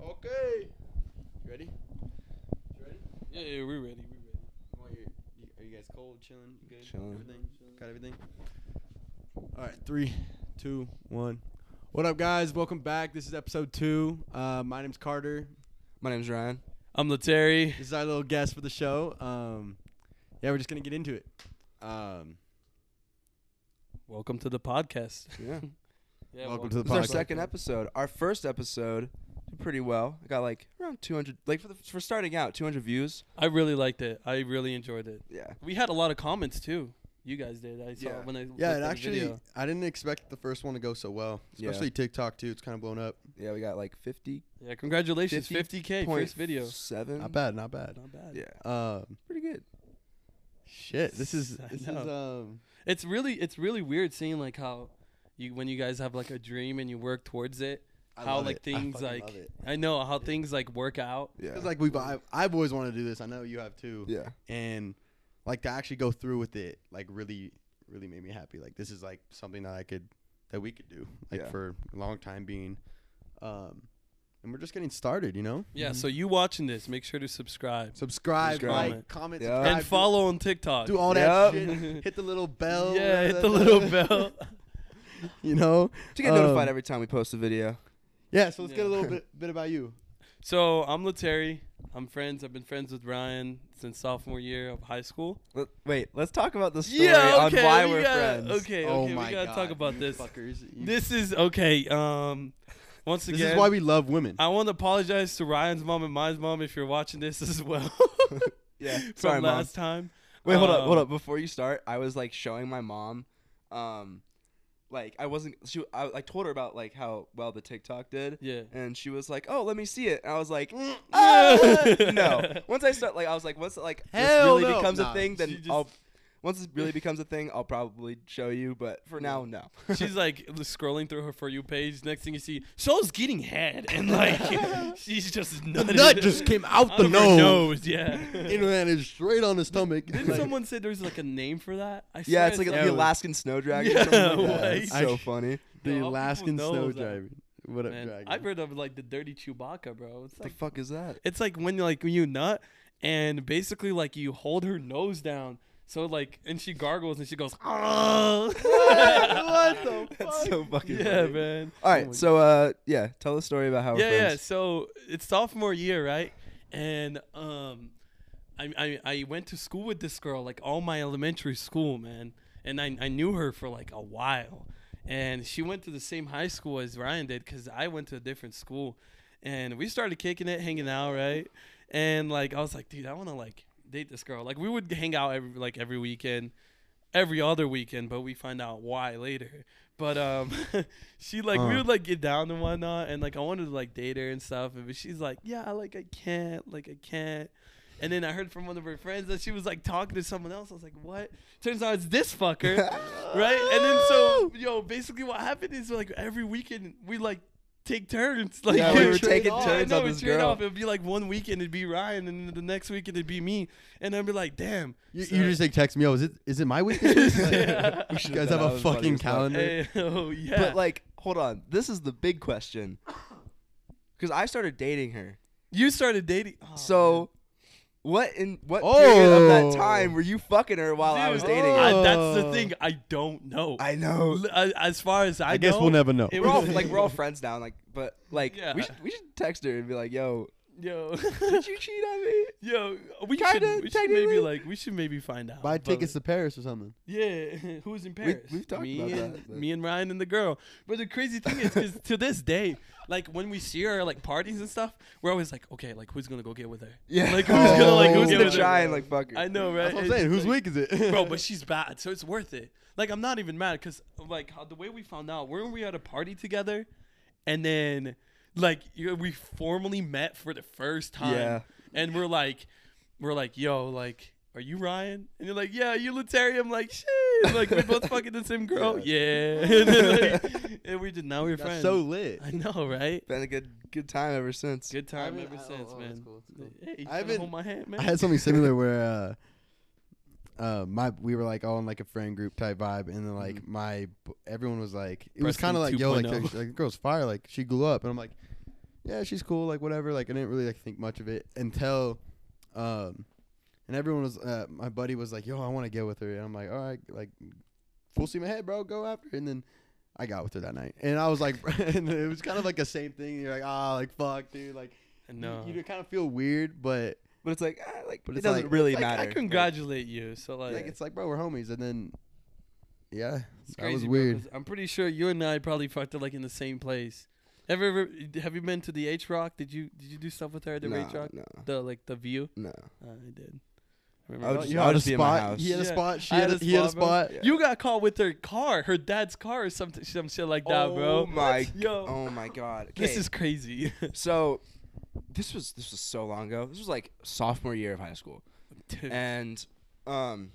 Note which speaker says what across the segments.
Speaker 1: Okay. You ready? You ready?
Speaker 2: Yeah, yeah, we ready. We ready.
Speaker 1: You want your, you, are you guys cold? Chilling? You good?
Speaker 2: Chilling.
Speaker 1: Everything? Got everything? All right. Three, two, one. What up, guys? Welcome back. This is episode two. Uh, my name's Carter.
Speaker 3: My name's Ryan.
Speaker 2: I'm Letary.
Speaker 1: This is our little guest for the show. Um, yeah, we're just gonna get into it. Um,
Speaker 2: Welcome to the podcast.
Speaker 3: Yeah.
Speaker 2: Yeah,
Speaker 1: welcome to the
Speaker 3: This is our
Speaker 1: podcast.
Speaker 3: second episode. Our first episode did pretty well. I got like around 200, like for, the, for starting out, 200 views.
Speaker 2: I really liked it. I really enjoyed it.
Speaker 3: Yeah.
Speaker 2: We had a lot of comments too. You guys did. I saw
Speaker 3: Yeah.
Speaker 2: when I
Speaker 1: Yeah,
Speaker 2: looked
Speaker 1: and
Speaker 2: at the
Speaker 1: actually,
Speaker 2: video.
Speaker 1: I didn't expect the first one to go so well,
Speaker 3: Yeah.
Speaker 1: especially TikTok too. It's kind of blown up.
Speaker 3: Yeah, we got like 50.
Speaker 2: yeah. Congratulations,
Speaker 3: 50
Speaker 2: 50, k first video.
Speaker 3: Seven.
Speaker 1: Not bad, not bad.
Speaker 2: Not bad.
Speaker 3: Yeah.
Speaker 1: Um,
Speaker 3: Pretty good.
Speaker 1: shit, this is
Speaker 2: I
Speaker 1: this is
Speaker 2: know.
Speaker 1: um,
Speaker 2: It's really it's really weird seeing like how you when you guys have like a dream and you work towards it.
Speaker 1: I
Speaker 2: how
Speaker 1: love
Speaker 2: like
Speaker 1: it. I
Speaker 2: things
Speaker 1: fucking
Speaker 2: like
Speaker 1: love it.
Speaker 2: I know how things like work out.
Speaker 3: Yeah.
Speaker 1: Cause like we've I've, I've always wanted to do this. I know you have too.
Speaker 3: yeah.
Speaker 1: And like to actually go through with it, like really, really made me happy. Like this is like something that I could that we could do like
Speaker 3: Yeah.
Speaker 1: for a long time being. Um, and we're just getting started, you know.
Speaker 2: Yeah. So you watching this, make sure to subscribe
Speaker 1: Subscribe,
Speaker 3: Subscribe.
Speaker 1: like, comment,
Speaker 3: Yeah.
Speaker 1: subscribe,
Speaker 2: and follow on TikTok.
Speaker 1: do all that
Speaker 3: Yep.
Speaker 1: shit. Hit the little bell.
Speaker 2: yeah, hit
Speaker 1: whatever
Speaker 2: the
Speaker 1: that-
Speaker 2: little bell.
Speaker 1: you know.
Speaker 3: To get
Speaker 1: Um,
Speaker 3: notified every time we post a video.
Speaker 1: Yeah, so let's get a
Speaker 2: Yeah.
Speaker 1: little bit bit about you.
Speaker 2: So I'm Letary. I'm friends. I've been friends with Ryan since sophomore year of high school.
Speaker 3: Let- Wait, let's talk about the story on why
Speaker 2: we
Speaker 3: are
Speaker 2: gotta,
Speaker 3: friends.
Speaker 2: Okay, okay,
Speaker 1: oh
Speaker 2: we
Speaker 1: my
Speaker 2: gotta
Speaker 1: God,
Speaker 2: talk about
Speaker 1: you
Speaker 2: this.
Speaker 1: Fuckers. You-
Speaker 2: This is okay. Um, once
Speaker 1: this
Speaker 2: again,
Speaker 1: is why we love women.
Speaker 2: I want to apologize to Ryan's mom and my mom if you're watching this as well.
Speaker 3: Yeah.
Speaker 2: From
Speaker 3: Sorry, Mom.
Speaker 2: last time.
Speaker 3: Wait, hold up, hold
Speaker 2: Um,
Speaker 3: up. Before you start, I was like showing my mom, um, like I wasn't. She, I, I told her about like how well the TikTok did,
Speaker 2: Yeah.
Speaker 3: and she was like, "Oh, let me see it." And I was like, "Ah, "No." Once I start, like, I was like, "Once like this
Speaker 1: Hell
Speaker 3: really
Speaker 1: no.
Speaker 3: becomes
Speaker 1: Nah,
Speaker 3: a thing, then
Speaker 2: she just-
Speaker 3: I'll." Once this really becomes a thing, I'll probably show you. But for now, no.
Speaker 2: She's like scrolling through her for you page. Next thing you see, Sol's getting head, and like she's just nutted.
Speaker 1: nut just came out the
Speaker 2: of her
Speaker 1: nose.
Speaker 2: nose. Yeah.
Speaker 1: and landed straight on his stomach.
Speaker 2: Didn't
Speaker 1: Like-
Speaker 2: someone say there's like a name for that? I
Speaker 3: yeah,
Speaker 2: swear
Speaker 3: it's like
Speaker 2: saw
Speaker 1: Yeah,
Speaker 3: the
Speaker 1: like-
Speaker 3: Alaskan snow dragon.
Speaker 2: Yeah,
Speaker 3: or something like that.
Speaker 2: like-
Speaker 3: It's so
Speaker 1: I-
Speaker 3: funny.
Speaker 2: No,
Speaker 1: The
Speaker 2: how people
Speaker 1: Alaskan
Speaker 2: know
Speaker 1: snow
Speaker 2: that?
Speaker 1: dragon. What up,
Speaker 2: Man,
Speaker 1: dragon?
Speaker 2: I've heard of like the dirty Chewbacca, bro. It's
Speaker 3: The
Speaker 2: like
Speaker 3: fuck is that?
Speaker 2: it's like when like when you nut and basically like you hold her nose down. So like and she gargles and she goes "Ah!"
Speaker 1: What the
Speaker 3: That's so fucking.
Speaker 2: Yeah,
Speaker 3: funny.
Speaker 2: man.
Speaker 3: All right, so uh, yeah, tell the story about how.
Speaker 2: Oh yeah,
Speaker 3: we're
Speaker 2: yeah.
Speaker 3: friends.
Speaker 2: So it's sophomore year, right? And um, I, I I went to school with this girl like all my elementary school, man. And I I knew her for like a while, and she went to the same high school as Ryan did because I went to a different school, and we started kicking it, hanging out, right? And like I was like, dude, I want to like date this girl. Like we would hang out every like every weekend every other weekend, but we find out why later. But um, she like we
Speaker 1: Uh.
Speaker 2: would like get down and whatnot, and like I wanted to like date her and stuff, and but she's like, yeah, like I can't, like I can't. And then I heard from one of her friends that she was like talking to someone else. I was like, what? Turns out it's this fucker, right? And then so yo, basically what happened is like every weekend we like take turns, like
Speaker 3: Yeah,
Speaker 1: we
Speaker 2: we
Speaker 1: were
Speaker 2: trade
Speaker 1: taking
Speaker 2: off.
Speaker 3: turns
Speaker 2: I know,
Speaker 3: on
Speaker 2: we
Speaker 3: this
Speaker 2: trade
Speaker 3: girl.
Speaker 2: Off. It'd be like one weekend it'd be Ryan, and then the next weekend it'd be me, and I'd be like, damn.
Speaker 1: You,
Speaker 2: so-
Speaker 1: you just like text me. Oh, is it is it my weakness? Like,
Speaker 2: Yeah.
Speaker 1: You
Speaker 3: should've
Speaker 1: guys have
Speaker 3: done that.
Speaker 1: a
Speaker 3: That was funny
Speaker 1: fucking
Speaker 3: as fuck.
Speaker 1: calendar.
Speaker 2: Hey, oh yeah.
Speaker 3: But like, hold on. This is the big question. Because I started dating her.
Speaker 2: You started dating. oh,
Speaker 3: so, what in what period of
Speaker 1: Oh.
Speaker 3: that time were you fucking her while I
Speaker 2: dude,
Speaker 3: was dating
Speaker 1: I-
Speaker 3: her?
Speaker 2: I- that's the
Speaker 1: Oh.
Speaker 2: thing. I don't know.
Speaker 3: I know.
Speaker 2: L- I- as far as I,
Speaker 1: I guess
Speaker 2: know,
Speaker 1: we'll never know.
Speaker 2: it
Speaker 3: We're all
Speaker 2: was-
Speaker 3: like we're all friends now. Like, but like we
Speaker 2: Yeah.
Speaker 3: should we should text her and be like, "Yo,
Speaker 2: Yo,
Speaker 3: did you cheat on me?"
Speaker 2: yo, we
Speaker 3: Kinda,
Speaker 2: should, we should maybe
Speaker 3: technically.
Speaker 2: like we should maybe find out.
Speaker 1: Buy
Speaker 2: but-
Speaker 1: tickets to Paris or something.
Speaker 2: Yeah, who's in Paris?
Speaker 3: we've talked
Speaker 2: me
Speaker 3: about
Speaker 2: and,
Speaker 3: that, but-
Speaker 2: Me and Ryan and the girl. But the crazy thing is, 'cause to this day, like when we see her like parties and stuff, we're always like, okay, like who's gonna go get with her?
Speaker 3: Yeah.
Speaker 2: Like, who's gonna, like,
Speaker 3: who's
Speaker 2: go
Speaker 3: gonna
Speaker 2: with her?
Speaker 3: try and like fuck her?
Speaker 2: I know,
Speaker 1: That's
Speaker 2: right?
Speaker 1: what I'm
Speaker 2: It's
Speaker 1: saying. Whose
Speaker 2: like-
Speaker 1: week is it,
Speaker 2: bro, but she's bad, so it's worth it. Like I'm not even mad because like how, the way we found out, weren't we at a party together, and then like you, we formally met for the first time,
Speaker 3: Yeah.
Speaker 2: and we're like, we're like, yo, like. Are you Ryan? And you're like, yeah, you Letary. I'm like, shit. Like, we both fucking the same girl. Yeah. and, then, like, and we did. Now we're
Speaker 1: That's
Speaker 2: friends.
Speaker 1: so lit.
Speaker 2: I know, right?
Speaker 3: Been a good good time ever since.
Speaker 2: Good time
Speaker 1: haven't-
Speaker 2: ever
Speaker 1: I- oh,
Speaker 2: since,
Speaker 1: oh,
Speaker 2: man.
Speaker 1: that's cool, that's cool.
Speaker 2: Hey,
Speaker 1: I
Speaker 2: you trying to
Speaker 1: haven't-
Speaker 2: hold my hand, man.
Speaker 1: I had something similar where uh, uh, my we were like all in like a friend group type vibe, and then like my everyone was like it was
Speaker 2: Preston
Speaker 1: kind of like yo like,
Speaker 2: 2.0.
Speaker 1: like the girl's fire like she grew up, and I'm like yeah, she's cool, like whatever. Like I didn't really like think much of it until, um, and everyone was uh, my buddy was like, "Yo, I want to get with her," and I'm like, "All right, like full steam ahead, bro, go after." her." And then I got with her that night, and I was like, and it was kind of like the same thing. You're like, ah, like fuck, dude, like you-
Speaker 2: No.
Speaker 1: you, kind of feel weird, but
Speaker 3: But it's like, ah, like
Speaker 1: But
Speaker 3: it
Speaker 1: it's
Speaker 3: doesn't
Speaker 1: like-
Speaker 3: really
Speaker 1: like,
Speaker 3: matter.
Speaker 2: I
Speaker 3: Like,
Speaker 2: congratulate you. So like,
Speaker 1: like it's like, bro, we're homies, and then yeah,
Speaker 2: it's
Speaker 1: that was
Speaker 2: crazy, bro,
Speaker 1: weird.
Speaker 2: 'cause I'm pretty sure you and I probably fucked it like in the same place. Ever, ever have you been to the H Rock? Did you did you do stuff with her at the
Speaker 3: no,
Speaker 2: H Rock?
Speaker 3: no,
Speaker 2: The like the view.
Speaker 3: no.
Speaker 2: Uh, I did.
Speaker 3: I would
Speaker 2: that.
Speaker 3: just-
Speaker 1: you had a
Speaker 3: just be in my
Speaker 1: spot. He had a
Speaker 2: house. Yeah.
Speaker 1: spot. She
Speaker 2: I
Speaker 1: had a, he had a
Speaker 2: bro.
Speaker 1: spot.
Speaker 3: Yeah.
Speaker 2: You got caught with her car, her dad's car, or something, some shit like that, bro.
Speaker 3: Oh my,
Speaker 2: Yo,
Speaker 3: oh my God.
Speaker 2: this
Speaker 3: Okay,
Speaker 2: is crazy.
Speaker 3: so. This was this was so long ago. This was like sophomore year of high school.
Speaker 2: Dude.
Speaker 3: and um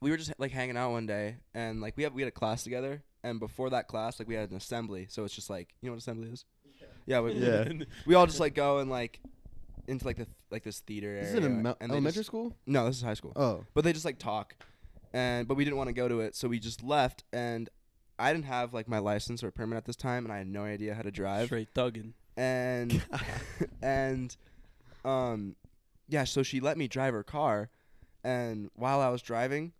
Speaker 3: we were just like hanging out one day and like we have we had a class together and before that class like we had an assembly so it's just like you know what assembly is yeah we,
Speaker 1: Yeah.
Speaker 3: we all just like go and like into like the like this theater area
Speaker 1: This is in em-
Speaker 3: and they
Speaker 1: elementary
Speaker 3: just-
Speaker 1: school.
Speaker 3: no this is high school
Speaker 1: Oh,
Speaker 3: but they just like talk and but we didn't want to go to it so we just left and I didn't have like my license or permit at this time and I had no idea how to drive
Speaker 2: Straight thugging.
Speaker 3: and and um yeah so she let me drive her car and while i was driving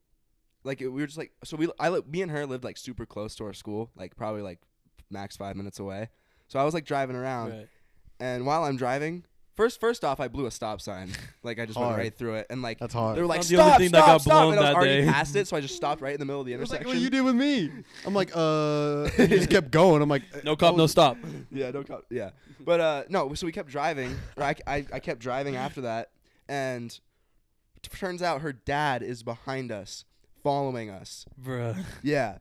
Speaker 3: like it, we were just like so we i li- me and her lived like super close to our school like probably like max five minutes away so i was like driving around
Speaker 2: right.
Speaker 3: and while i'm driving first first off i blew a stop sign like i just went
Speaker 1: Hard.
Speaker 3: right through it and like
Speaker 1: that's
Speaker 3: they
Speaker 1: hard.
Speaker 3: were like
Speaker 2: Not the only
Speaker 3: stop
Speaker 2: thing that
Speaker 3: stop
Speaker 2: got
Speaker 3: stop
Speaker 2: blown
Speaker 3: and i was
Speaker 2: that
Speaker 3: already
Speaker 2: day.
Speaker 3: past it so i just stopped right in the middle of the
Speaker 1: It was like
Speaker 3: intersection
Speaker 1: what you did with me. I'm like, uh, he just kept going. I'm like, uh,
Speaker 2: No cop, no stop.
Speaker 3: Yeah, no cop. Yeah, but uh, no. So we kept driving. or I, I, I kept driving after that, and t- turns out her dad is behind us, following us.
Speaker 2: Bruh.
Speaker 3: Yeah.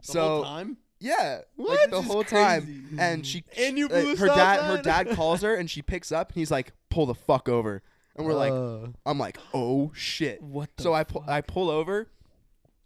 Speaker 3: so
Speaker 1: time?
Speaker 3: yeah,
Speaker 1: What?
Speaker 3: like the
Speaker 1: This is
Speaker 3: whole
Speaker 1: crazy.
Speaker 3: time, and she
Speaker 1: And you
Speaker 3: uh,
Speaker 1: blew a
Speaker 3: her
Speaker 1: stop
Speaker 3: dad her
Speaker 1: sign?
Speaker 3: dad calls her, and she picks up, and he's like, "Pull the fuck over," and we're like,
Speaker 1: Uh,
Speaker 3: "I'm like, oh shit."
Speaker 2: What the
Speaker 3: So I pull I pull over.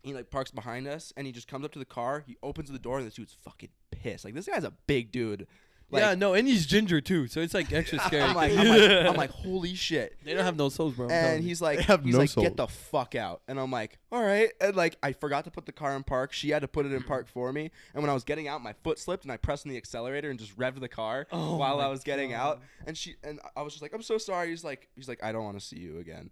Speaker 3: He like parks behind us, and he just comes up to the car. He opens the door, and this dude's fucking pissed. Like this guy's a big dude. Like,
Speaker 2: yeah, no, and he's ginger too, so it's like extra scary.
Speaker 3: I'm like, I'm like, I'm like, holy shit.
Speaker 2: they don't have no souls, bro. I'm telling
Speaker 3: And
Speaker 2: you.
Speaker 3: he's like,
Speaker 1: They have
Speaker 3: he's
Speaker 1: no
Speaker 3: like,
Speaker 1: soul.
Speaker 3: get the fuck out. And I'm like, all right. And like, I forgot to put the car in park. She had to put it in park for me. And when I was getting out, my foot slipped, and I pressed on the accelerator and just revved the car
Speaker 2: Oh
Speaker 3: while
Speaker 2: my
Speaker 3: I was getting out. And she and I was just like, I'm so sorry. He's like, he's like, I don't want to see you again.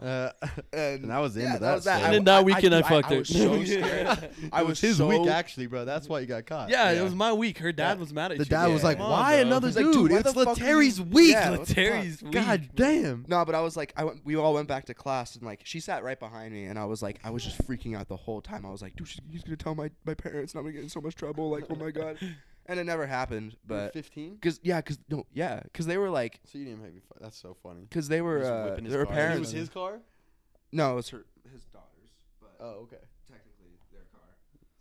Speaker 1: uh,
Speaker 3: And,
Speaker 1: And I was into
Speaker 3: yeah,
Speaker 1: that
Speaker 3: was that.
Speaker 1: story.
Speaker 2: And then that weekend I
Speaker 3: dude,
Speaker 2: fucked
Speaker 3: I,
Speaker 2: her.
Speaker 3: was so scared. I
Speaker 1: it
Speaker 3: was
Speaker 1: was his
Speaker 3: so,
Speaker 1: week actually, bro. That's why you got caught.
Speaker 2: yeah,
Speaker 3: yeah.
Speaker 2: it was my week. Her dad
Speaker 3: Yeah.
Speaker 2: was mad at
Speaker 1: The
Speaker 2: you.
Speaker 1: dad was like,
Speaker 2: Come on,
Speaker 1: "Why
Speaker 2: bro."
Speaker 1: another
Speaker 3: He's
Speaker 1: dude?
Speaker 3: like, "Dude, why
Speaker 1: it's
Speaker 3: the fuck are you-
Speaker 1: Lateri's week.
Speaker 3: Yeah, what the fuck?
Speaker 2: Terry's week.
Speaker 1: God
Speaker 2: bro.
Speaker 1: damn.
Speaker 3: No, but I was like, I went, we all went back to class, and like she sat right behind me, and I was like, I was just freaking out the whole time. I was like, dude, she's, he's gonna tell my my parents, and I'm gonna get in so much trouble. Like, oh my god, and it never happened. But
Speaker 1: 15.
Speaker 3: because yeah, because no, yeah, because they were like,
Speaker 1: So you didn't have your. fu- That's so funny.
Speaker 3: because they were
Speaker 1: Just
Speaker 3: uh,
Speaker 1: whipping his
Speaker 3: their
Speaker 1: car.
Speaker 3: parents.
Speaker 1: It was his car.
Speaker 3: No, it was her his daughters, but
Speaker 1: Oh, okay.
Speaker 3: technically their car.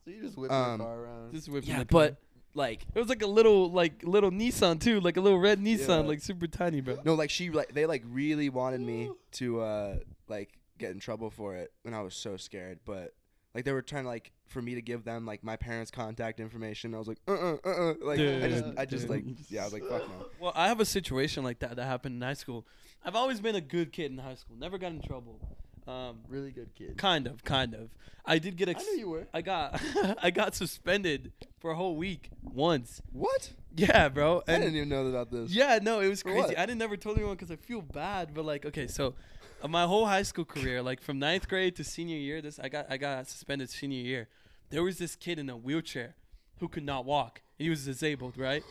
Speaker 1: So you just whipped
Speaker 3: Um,
Speaker 1: your car around.
Speaker 2: Just whipping
Speaker 3: Yeah,
Speaker 2: the
Speaker 3: but
Speaker 2: car.
Speaker 3: like
Speaker 2: it was like a little, like little Nissan too, like a little red Nissan,
Speaker 3: Yeah.
Speaker 2: like super tiny, bro.
Speaker 3: no, like she like they like really wanted me to uh like get in trouble for it, and I was so scared, but. Like they were trying to like for me to give them like my parents' contact information. I was like, uh, uh, uh, uh. Like I just,
Speaker 2: Dude,
Speaker 3: I just
Speaker 2: dude.
Speaker 3: like, yeah, I was like, fuck no.
Speaker 2: Well, I have a situation like that that happened in high school. I've always been a good kid in high school. Never got in trouble. Um,
Speaker 1: Really good kid.
Speaker 2: kind of, kind of. I did get. Ex-
Speaker 1: I knew you were.
Speaker 2: I got. I got suspended for a whole week once.
Speaker 3: What?
Speaker 2: Yeah, bro.
Speaker 3: I
Speaker 2: and-
Speaker 3: didn't even know about this.
Speaker 2: Yeah, no, it was
Speaker 3: For
Speaker 2: crazy.
Speaker 3: what?
Speaker 2: I didn't never told anyone because I feel bad. But like, okay, so uh, my whole high school career, like from ninth grade to senior year, this I got I got suspended senior year. There was this kid in a wheelchair who could not walk. He was disabled, right?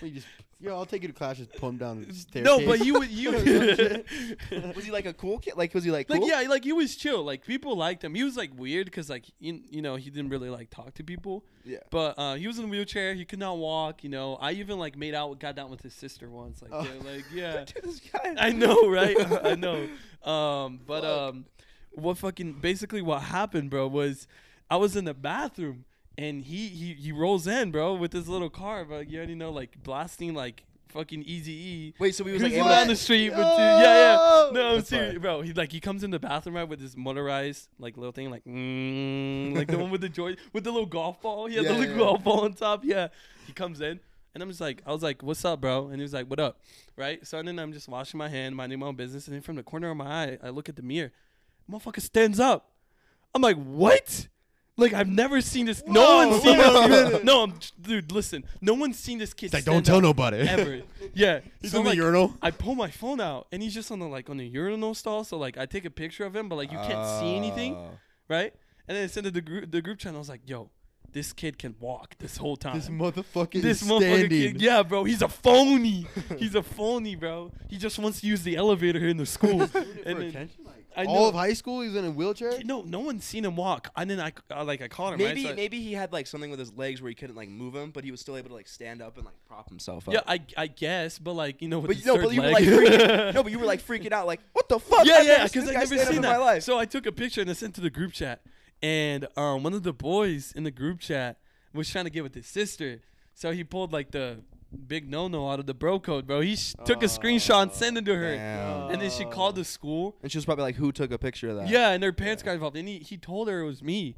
Speaker 1: You just, yo, I'll take you to class. Just pull him down the staircase.
Speaker 2: no, but you would you.
Speaker 3: Was he like a cool kid? Like was he like cool?
Speaker 2: Like yeah, like he was chill. Like people liked him. He was like weird because like you, you know he didn't really like talk to people.
Speaker 3: Yeah.
Speaker 2: But uh, he was in a wheelchair. He could not walk. You know, I even like made out, got down with his sister once. Like
Speaker 1: Oh.
Speaker 2: yeah, like yeah.
Speaker 3: Dude, this guy.
Speaker 2: I know, right? I know. Um, but um, what fucking basically what happened, bro, was I was in the bathroom and he he he rolls in, bro, with his little car, bro. You already know, like blasting like fucking Easy E.
Speaker 3: Wait, so he was
Speaker 2: He
Speaker 3: like
Speaker 2: was
Speaker 3: able
Speaker 2: down
Speaker 3: to,
Speaker 2: the street with two, yeah, yeah.
Speaker 1: Yo!
Speaker 2: No, I'm
Speaker 1: That's
Speaker 2: serious,
Speaker 1: fire.
Speaker 2: bro. He like he comes in the bathroom right with his motorized like little thing, like mm, like the one with the joy with the little golf ball. He had
Speaker 3: Yeah,
Speaker 2: the little
Speaker 3: yeah, yeah.
Speaker 2: golf ball on top. Yeah, he comes in, and I'm just like, I was like, "What's up, bro?" And he was like, "What up?" Right. So then I'm just washing my hand, minding my own business, and then from the corner of my eye, I look at the mirror. Motherfucker stands up. I'm like, "What?" Like I've never seen this. no one's seen
Speaker 1: Whoa, wait a
Speaker 2: this.
Speaker 1: minute.
Speaker 2: No, I'm, dude, listen. No one's seen this kid.
Speaker 1: He's like,
Speaker 2: stand
Speaker 1: don't tell
Speaker 2: up
Speaker 1: nobody.
Speaker 2: Ever. Yeah.
Speaker 1: He's
Speaker 2: So,
Speaker 1: in the
Speaker 2: like,
Speaker 1: urinal.
Speaker 2: I pull my phone out and he's just on the like on the urinal stall. So like I take a picture of him, but like you can't see anything,
Speaker 3: Oh.
Speaker 2: right? And then I send it to the group the group channel. I was like, yo, this kid can walk this whole time.
Speaker 1: This motherfucker
Speaker 2: This
Speaker 1: is
Speaker 2: motherfucker,
Speaker 1: standing.
Speaker 2: kid, yeah, bro, he's a phony. he's a phony, bro. He just wants to use the elevator in the school. and then- I
Speaker 1: All
Speaker 2: know-
Speaker 1: of high school, he's in a wheelchair.
Speaker 2: no, no one's seen him walk. And then I, I like, I caught him. right?
Speaker 3: Maybe
Speaker 2: So I-
Speaker 3: maybe he had like something with his legs where he couldn't like move him, but he was still able to like stand up and like prop himself up.
Speaker 2: Yeah, I, I guess, but like, you know, with
Speaker 3: but
Speaker 2: his
Speaker 3: no,
Speaker 2: third
Speaker 3: but you were like
Speaker 2: leg.
Speaker 3: freaking, no, but you were like freaking out, like what the fuck?
Speaker 2: yeah,
Speaker 3: I've
Speaker 2: yeah,
Speaker 3: never seen
Speaker 2: because
Speaker 3: this
Speaker 2: I
Speaker 3: guy
Speaker 2: never
Speaker 3: stand up
Speaker 2: seen
Speaker 3: in
Speaker 2: that.
Speaker 3: my life.
Speaker 2: So I took a picture and I sent to the group chat, and um, one of the boys in the group chat was trying to get with his sister, so he pulled like the big no no out of the bro code, bro. He sh- took a screenshot and sent it to her,
Speaker 3: damn.
Speaker 2: and then she called the school.
Speaker 3: and she was probably like, "Who took a picture of that?"
Speaker 2: Yeah, and her parents got involved, and he, he told her it was me,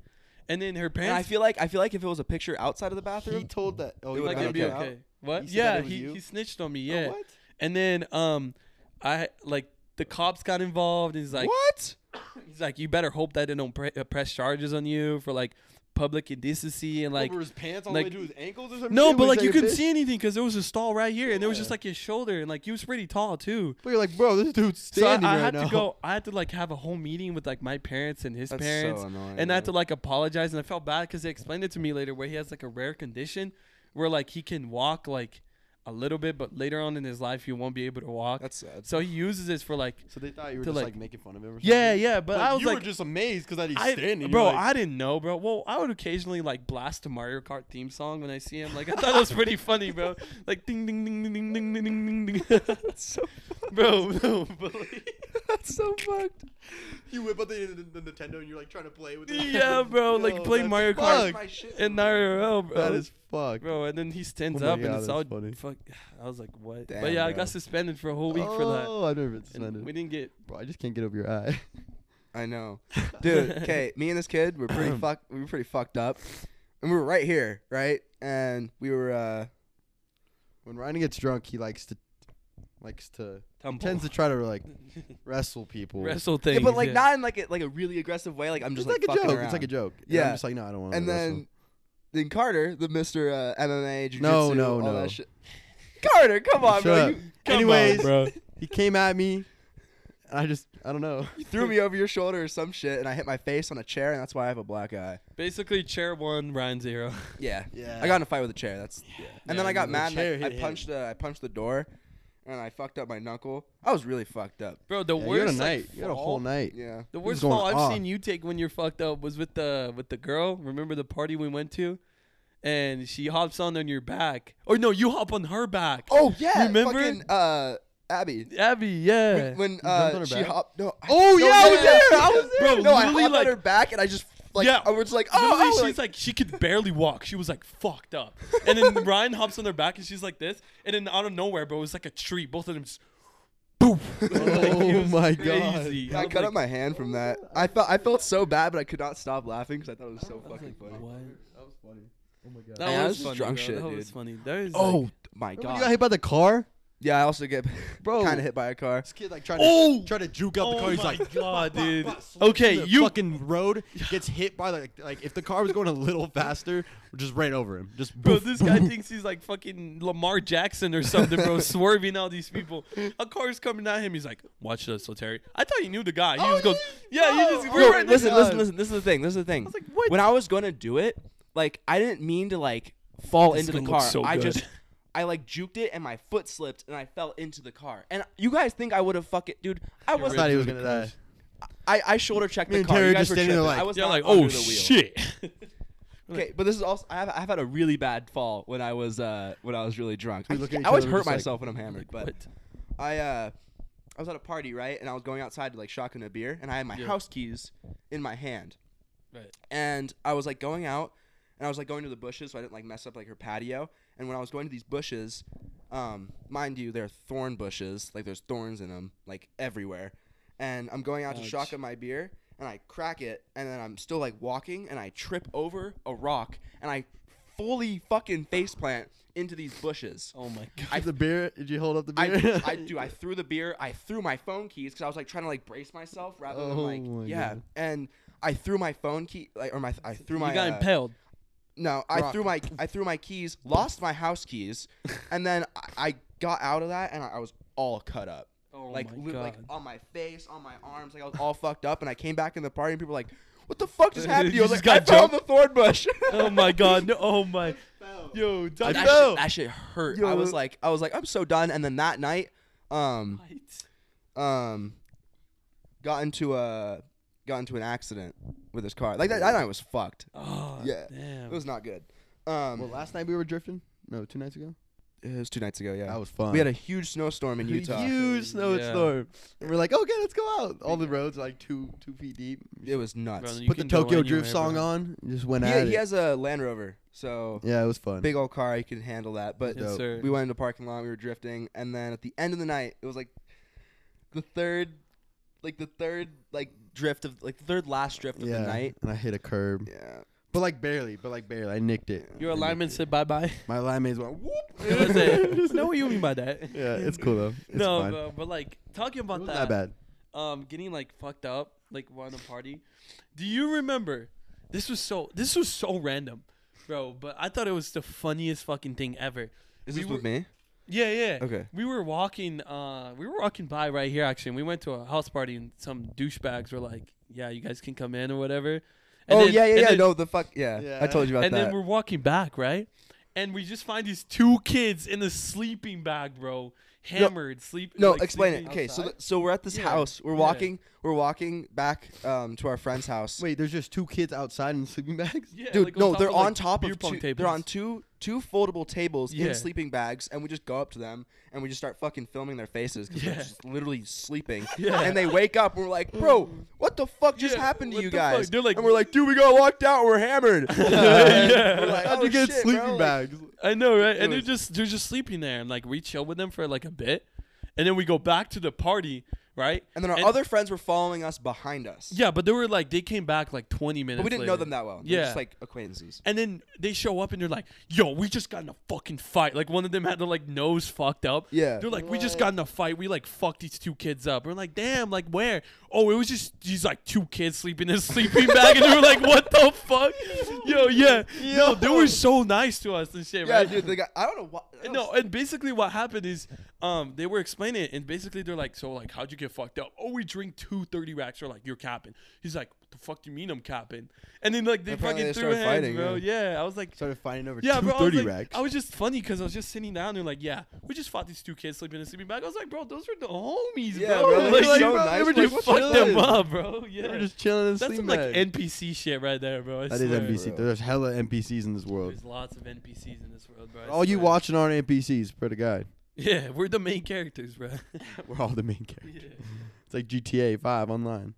Speaker 2: and then her
Speaker 3: And I
Speaker 2: parents
Speaker 3: feel like I feel like if it was a picture outside of the bathroom,
Speaker 1: He told that. Oh,
Speaker 3: would've
Speaker 2: like
Speaker 3: been
Speaker 2: it'd be
Speaker 3: okay.
Speaker 2: okay. What?
Speaker 1: He said that
Speaker 2: yeah,
Speaker 1: it was
Speaker 2: he,
Speaker 1: you?
Speaker 2: he snitched on me.
Speaker 3: Oh,
Speaker 2: Yeah.
Speaker 1: what?
Speaker 2: And then um, I like the cops got involved. And he's like,
Speaker 3: what?
Speaker 2: he's like, you better hope that they don't pre- uh, press charges on you for like public indecency and like.
Speaker 1: his pants
Speaker 2: like-
Speaker 1: his ankles or something.
Speaker 2: No, but like you couldn't see anything because there was a stall right here, and there was just like his shoulder, and like he was pretty tall too.
Speaker 1: But you're like, bro, this dude's
Speaker 2: So I,
Speaker 1: standing
Speaker 2: I
Speaker 1: right
Speaker 2: had
Speaker 1: now.
Speaker 2: to go. I had to like have a whole meeting with like my parents and his
Speaker 3: That's so
Speaker 2: parents,
Speaker 3: annoying,
Speaker 2: and I had to
Speaker 3: man.
Speaker 2: like apologize. And I felt bad because they explained it to me later, where he has like a rare condition, where like he can walk like a little bit, but later on in his life he won't be able to walk.
Speaker 3: That's sad.
Speaker 2: so he uses this for like,
Speaker 1: So they thought you were
Speaker 2: To,
Speaker 1: just like,
Speaker 2: like-
Speaker 1: making fun of him. Or
Speaker 2: yeah,
Speaker 1: something.
Speaker 2: yeah. But
Speaker 1: Like,
Speaker 2: I was
Speaker 1: you
Speaker 2: like,
Speaker 1: were just amazed because that he's
Speaker 2: I,
Speaker 1: standing. You're
Speaker 2: bro,
Speaker 1: like,
Speaker 2: I didn't know, bro. Well, I would occasionally like blast a Mario Kart theme song when I see him. Like I thought it was pretty funny, bro. Like ding ding ding ding ding ding ding ding ding ding.
Speaker 3: so fucked.
Speaker 2: bro, no, bully.
Speaker 3: That's so fucked.
Speaker 1: you whip out the, the, the Nintendo and you're like trying to play with it.
Speaker 2: yeah, bro. Like
Speaker 1: Yo,
Speaker 2: play
Speaker 1: that's
Speaker 2: Mario
Speaker 1: fucked.
Speaker 2: Kart and IRL, bro.
Speaker 1: That is fucked.
Speaker 2: bro. And then he stands
Speaker 1: Oh my
Speaker 2: up and
Speaker 1: God,
Speaker 2: it's
Speaker 1: that's
Speaker 2: all
Speaker 1: funny.
Speaker 2: fuck. I was like, what?
Speaker 3: Damn,
Speaker 2: but yeah, I
Speaker 3: bro.
Speaker 2: got suspended for a whole week for that.
Speaker 1: Oh, I've never been
Speaker 2: And
Speaker 1: suspended.
Speaker 2: we didn't get.
Speaker 1: Bro, I just can't get over your eye.
Speaker 3: I know, dude. Okay, me and this kid were pretty fuck. We were pretty fucked up, and we were right here, right? And we were. uh
Speaker 1: when Ryan gets drunk, he likes to likes to
Speaker 2: Tumble.
Speaker 1: tends to try to like wrestle people.
Speaker 2: wrestle
Speaker 3: yeah,
Speaker 2: things.
Speaker 3: but like
Speaker 2: yeah.
Speaker 3: not in like a, like a really aggressive way. Like I'm
Speaker 1: It's
Speaker 3: just
Speaker 1: like, a
Speaker 3: fucking
Speaker 1: joke.
Speaker 3: around.
Speaker 1: It's like a joke. And
Speaker 3: Yeah.
Speaker 1: I'm just like, no, I don't want to.
Speaker 3: And then, then Carter, the Mister uh, MMA, jiu-jitsu,
Speaker 1: No, no,
Speaker 3: all
Speaker 1: no.
Speaker 3: that shit. Carter, come on, bro. You,
Speaker 2: Come on,
Speaker 1: Anyways,
Speaker 2: bro.
Speaker 1: he came at me. And I just, I don't know.
Speaker 3: you threw me over your shoulder or some shit, and I hit my face on a chair, and that's why I have a black eye.
Speaker 2: Basically, chair one, Ryan zero.
Speaker 3: Yeah.
Speaker 1: Yeah.
Speaker 3: I got in a fight with a chair. That's. And then
Speaker 2: Yeah,
Speaker 3: I got
Speaker 1: the
Speaker 3: mad.
Speaker 1: chair
Speaker 3: And I,
Speaker 1: hit
Speaker 3: I
Speaker 1: him.
Speaker 3: punched the I punched the door, and I fucked up my knuckle. I was really fucked up.
Speaker 2: Bro, the
Speaker 1: Yeah, you had a
Speaker 2: worst
Speaker 1: night.
Speaker 2: Like,
Speaker 1: you had a
Speaker 2: fall-
Speaker 1: whole night.
Speaker 3: Yeah.
Speaker 2: The
Speaker 1: was
Speaker 2: worst
Speaker 1: going
Speaker 2: fall I've
Speaker 1: off.
Speaker 2: seen you take when you're fucked up was with the with the girl. Remember the party we went to, and she hops on on your back, or no, you hop on her back.
Speaker 3: Oh yeah.
Speaker 2: Remember?
Speaker 3: fucking, uh, Abby.
Speaker 2: Abby, yeah.
Speaker 3: When
Speaker 1: jumped on
Speaker 3: uh,
Speaker 1: her
Speaker 3: she
Speaker 1: back?
Speaker 3: hopped. No. I-
Speaker 1: Oh,
Speaker 3: no,
Speaker 1: yeah,
Speaker 3: I
Speaker 1: I
Speaker 3: was
Speaker 1: yeah.
Speaker 3: there. I was there.
Speaker 2: Bro,
Speaker 3: no, I
Speaker 2: literally,
Speaker 3: hopped
Speaker 2: like-
Speaker 3: on her back, and I just like.
Speaker 2: yeah,
Speaker 3: I was like,
Speaker 2: Literally,
Speaker 3: oh,
Speaker 2: she's like, she could barely walk. She was like fucked up, and then Ryan hops on her back, and she's like this, and then out of nowhere, bro, it was like a tree. Both of them just boom.
Speaker 1: Oh my God.
Speaker 2: crazy.
Speaker 3: I cut up my hand from that. I felt I felt so bad, but I could not stop laughing because I thought it was so fucking funny.
Speaker 2: What?
Speaker 1: That was funny. Oh my god.
Speaker 2: That
Speaker 3: Yeah,
Speaker 2: was
Speaker 3: this is
Speaker 2: funny,
Speaker 3: drunk
Speaker 2: bro.
Speaker 3: shit,
Speaker 2: That was
Speaker 3: dude.
Speaker 2: funny. That was
Speaker 3: Oh
Speaker 2: like-
Speaker 3: my
Speaker 1: Remember when you got
Speaker 3: god!
Speaker 1: hit by the car?
Speaker 3: Yeah, I also get
Speaker 1: Bro.
Speaker 3: kind of hit by a car.
Speaker 1: This kid like trying
Speaker 2: Oh!
Speaker 1: to try to juke out the
Speaker 2: Oh
Speaker 1: car. He's
Speaker 2: my
Speaker 1: like,
Speaker 2: God,
Speaker 1: "Bah, bah,
Speaker 2: dude."
Speaker 1: bah," slams
Speaker 2: Okay,
Speaker 1: through the
Speaker 2: you-
Speaker 1: fucking road gets hit by like like if the car was going a little faster, just ran over him. Just
Speaker 2: Bro,
Speaker 1: boof,
Speaker 2: this
Speaker 1: boof.
Speaker 2: guy thinks he's like fucking Lamar Jackson or something, bro, swerving all these people. A car's coming at him. He's like, "Watch this, Terry." I thought he knew the guy. He was going, "Yeah, he just."
Speaker 1: no.
Speaker 2: We're
Speaker 3: No,
Speaker 2: right in the
Speaker 3: listen,
Speaker 2: car.
Speaker 3: listen, listen. This is the thing. This is the thing.
Speaker 2: was like, what?
Speaker 3: When I was gonna do it, like I didn't mean to like fall
Speaker 2: This is
Speaker 3: into the
Speaker 2: gonna look
Speaker 3: car.
Speaker 2: so
Speaker 3: I
Speaker 2: good.
Speaker 3: just I like juked it and my foot slipped and I fell into the car. And you guys think I would have fuck it, dude? I
Speaker 1: I
Speaker 3: was
Speaker 1: thought
Speaker 3: not
Speaker 1: he was gonna die.
Speaker 3: I, I shoulder checked
Speaker 1: Me
Speaker 3: the
Speaker 1: and
Speaker 3: car.
Speaker 1: Terry
Speaker 3: You guys
Speaker 1: just
Speaker 3: were
Speaker 1: standing there
Speaker 3: tripping.
Speaker 1: like-
Speaker 3: I was
Speaker 2: Yeah,
Speaker 3: not
Speaker 2: like,
Speaker 3: under
Speaker 2: oh
Speaker 3: the wheel.
Speaker 2: shit.
Speaker 3: Okay, but this is also I have I've had a really bad fall when I was uh when I was really drunk. I,
Speaker 1: We look at
Speaker 3: just-
Speaker 1: each
Speaker 3: I always
Speaker 1: other,
Speaker 3: hurt
Speaker 1: just like-
Speaker 3: myself when I'm hammered, but
Speaker 2: What?
Speaker 3: I uh I was at a party, right? And I was going outside to like shotgun a beer and I had my
Speaker 2: Yeah.
Speaker 3: house keys in my hand.
Speaker 2: Right.
Speaker 3: And I was like going out and I was like going to the bushes so I didn't like mess up like her patio. And when I was going to these bushes, um, mind you, they're thorn bushes, like there's thorns in them, like everywhere. And I'm going out to
Speaker 2: Ouch.
Speaker 3: shotgun my beer and I crack it and then I'm still like walking and I trip over a rock and I fully fucking faceplant into these bushes.
Speaker 2: Oh my god.
Speaker 1: I, the beer? Did you hold up the beer?
Speaker 3: I, I do. I threw the beer. I threw my phone keys because I was like trying to like brace myself rather
Speaker 1: Oh
Speaker 3: than
Speaker 1: my
Speaker 3: like yeah.
Speaker 1: God.
Speaker 3: And I threw my phone key, like, or my I threw my
Speaker 2: you got
Speaker 3: uh,
Speaker 2: impaled.
Speaker 3: No, I threw my I threw my keys, lost my house keys, and then I, I got out of that and I, I was all cut up,
Speaker 2: Oh
Speaker 3: like
Speaker 2: my
Speaker 3: li-
Speaker 2: god.
Speaker 3: like on my face, on my arms, like I was all fucked up. And I came back in the party and people were like, "What the fuck just happened?" to you?" I was
Speaker 2: You just
Speaker 3: like, "I
Speaker 2: got
Speaker 3: fell in the thorn bush."
Speaker 2: oh my god. No, oh my. Yo,
Speaker 3: I
Speaker 2: Doug,
Speaker 3: that,
Speaker 2: no.
Speaker 3: shit, that shit hurt. I
Speaker 1: Yo.
Speaker 3: was like, I was like, I'm so done. And then that night, um, um, got into a got into an accident with his car. Like that, that night was fucked.
Speaker 2: Oh,
Speaker 3: Yeah.
Speaker 2: Damn.
Speaker 3: It was not good. Um,
Speaker 1: Well, last night we were drifting. No, two nights ago.
Speaker 3: it was two nights ago. Yeah,
Speaker 1: That was fun.
Speaker 3: we had a huge snowstorm in Utah.
Speaker 1: huge
Speaker 2: Yeah.
Speaker 1: snowstorm. And we're like, okay, let's go out. All the roads are like two two feet deep.
Speaker 3: It was
Speaker 2: Brother,
Speaker 3: nuts.
Speaker 2: you
Speaker 1: Put the
Speaker 2: can go
Speaker 1: Tokyo Drift
Speaker 2: anywhere,
Speaker 1: song
Speaker 2: bro.
Speaker 1: on. and Just went
Speaker 3: He,
Speaker 1: at
Speaker 3: he
Speaker 1: it.
Speaker 3: has a Land Rover, so
Speaker 1: yeah, it was fun.
Speaker 3: big old car. He can handle that. But
Speaker 2: Yes,
Speaker 1: dope.
Speaker 2: sir.
Speaker 3: we went into the parking lot. We were drifting, and then at the end of the night, it was like the third, like the third, like drift of like the third last drift of
Speaker 1: yeah,
Speaker 3: the night.
Speaker 1: and I hit a curb,
Speaker 3: Yeah.
Speaker 1: but like barely, but like barely. I nicked it.
Speaker 2: Your
Speaker 1: I nicked
Speaker 2: alignment
Speaker 1: it.
Speaker 2: said bye bye.
Speaker 1: My lineman's went whoop.
Speaker 2: That's it. Just know what you mean by that.
Speaker 1: Yeah, it's cool though. It's
Speaker 2: no,
Speaker 1: fine.
Speaker 2: bro, but like talking
Speaker 1: it
Speaker 2: about
Speaker 1: wasn't
Speaker 2: that,
Speaker 1: that bad.
Speaker 2: um, getting like fucked up, like we're on a party. Do you remember? This was so. This was so random, bro. But I thought it was the funniest fucking thing ever.
Speaker 3: Is
Speaker 2: We
Speaker 3: this
Speaker 2: were-
Speaker 3: with me?
Speaker 2: Yeah, yeah.
Speaker 3: Okay.
Speaker 2: We were walking. Uh, we were walking by right here actually. And we went to a house party and some douchebags were like, "Yeah, you guys can come in or whatever." And
Speaker 3: oh
Speaker 2: then-
Speaker 3: yeah, yeah,
Speaker 2: and
Speaker 3: yeah.
Speaker 2: then-
Speaker 3: no, the fuck, yeah. I
Speaker 1: Yeah.
Speaker 3: told you about
Speaker 2: and
Speaker 3: that.
Speaker 2: then we're walking back, right? And we just find these two kids in a sleeping bag, bro, hammered, sleep.
Speaker 3: no,
Speaker 2: like,
Speaker 3: explain it.
Speaker 2: sleeping
Speaker 3: Okay, so
Speaker 1: outside?
Speaker 3: th- so we're at this
Speaker 2: Yeah,
Speaker 3: house. We're
Speaker 2: yeah.
Speaker 3: walking. We're walking back um, to our friend's house.
Speaker 1: Wait, there's just two kids outside in sleeping bags.
Speaker 2: Yeah,
Speaker 3: Dude,
Speaker 2: like,
Speaker 3: no,
Speaker 2: top
Speaker 3: they're
Speaker 2: of,
Speaker 3: on
Speaker 2: like,
Speaker 3: top
Speaker 2: beer
Speaker 3: of
Speaker 2: pong
Speaker 3: two,
Speaker 2: tables.
Speaker 3: they're on two two foldable tables
Speaker 2: Yeah.
Speaker 3: in sleeping bags, and we just go up to them and we just start fucking filming their faces because
Speaker 2: Yeah.
Speaker 3: they're just literally sleeping.
Speaker 2: Yeah.
Speaker 3: And they wake up and we're like, "Bro, what the fuck just
Speaker 2: Yeah,
Speaker 3: happened to
Speaker 2: what
Speaker 3: you
Speaker 2: the fuck?"
Speaker 3: guys?"
Speaker 2: They're like-
Speaker 3: and we're like, "Dude, we got locked out. We're hammered."
Speaker 2: Yeah.
Speaker 3: We're like,
Speaker 1: How'd
Speaker 3: "Oh,
Speaker 1: you get
Speaker 3: shit,
Speaker 1: sleeping
Speaker 3: bro." Like,
Speaker 1: bags?
Speaker 2: I know, right?
Speaker 3: It
Speaker 2: And they're
Speaker 3: was-
Speaker 2: just they're just sleeping there, and like we chill with them for like a bit, and then we go back to the party, right?
Speaker 3: and then our other friends were following us behind us.
Speaker 2: yeah, but they were like they came back like twenty minutes.
Speaker 3: But we didn't know
Speaker 2: later.
Speaker 3: them that well. They're
Speaker 2: Yeah.
Speaker 3: just like acquaintances.
Speaker 2: And then they show up and they're like, "Yo, we just got in a fucking fight." Like one of them had their like nose fucked up.
Speaker 3: Yeah.
Speaker 2: They're like, "We just got in a fight. We like fucked these two kids up." We're like, "Damn, like where?" Oh, it was just these like two kids sleeping in a sleeping bag, and they were like, "What the fuck?" Yo, yeah, no, they were so nice to us and shit,
Speaker 3: Yeah,
Speaker 2: right?
Speaker 3: dude. They got, I don't know what. I
Speaker 2: No,
Speaker 3: don't-
Speaker 2: and basically what happened is, um, they were explaining it, and basically they're like, "So like, how'd you get fucked up?" Oh, we drink two thirty racks. Or like, "You're capping." He's like, "What the fuck do you mean I'm capping?" And then like they
Speaker 3: Apparently
Speaker 2: fucking
Speaker 3: they
Speaker 2: threw
Speaker 3: started
Speaker 2: hands,
Speaker 3: fighting,
Speaker 2: bro. Yeah. I was like,
Speaker 1: Started fighting over
Speaker 2: yeah,
Speaker 1: two
Speaker 2: bro. I was,
Speaker 1: thirty
Speaker 2: like-
Speaker 1: racks.
Speaker 2: I was just funny because I was just sitting down and like, yeah, we just fought these two kids sleeping in a sleeping bag. I was like, bro, those are the homies,
Speaker 3: Yeah,
Speaker 2: bro.
Speaker 3: bro,
Speaker 1: they're
Speaker 2: Like,
Speaker 1: so
Speaker 2: you-
Speaker 1: nice,
Speaker 2: you
Speaker 1: like,
Speaker 2: just
Speaker 1: what
Speaker 2: fucked
Speaker 1: the
Speaker 2: them
Speaker 1: hell?
Speaker 2: up, bro. Yeah,
Speaker 1: They were just chilling in a
Speaker 2: that's
Speaker 1: sleeping
Speaker 2: some like
Speaker 1: bag.
Speaker 2: NPC shit right there, bro. I
Speaker 1: That is
Speaker 2: swear.
Speaker 1: NPC. There's hella NPCs in this world.
Speaker 2: There's lots of NPCs in this world, bro. I
Speaker 1: All you
Speaker 2: swear.
Speaker 1: watching aren't NPCs, pray to God.
Speaker 2: Yeah, we're the main characters, bro.
Speaker 1: We're all the main characters.
Speaker 2: yeah.
Speaker 1: It's like GTA 5 online.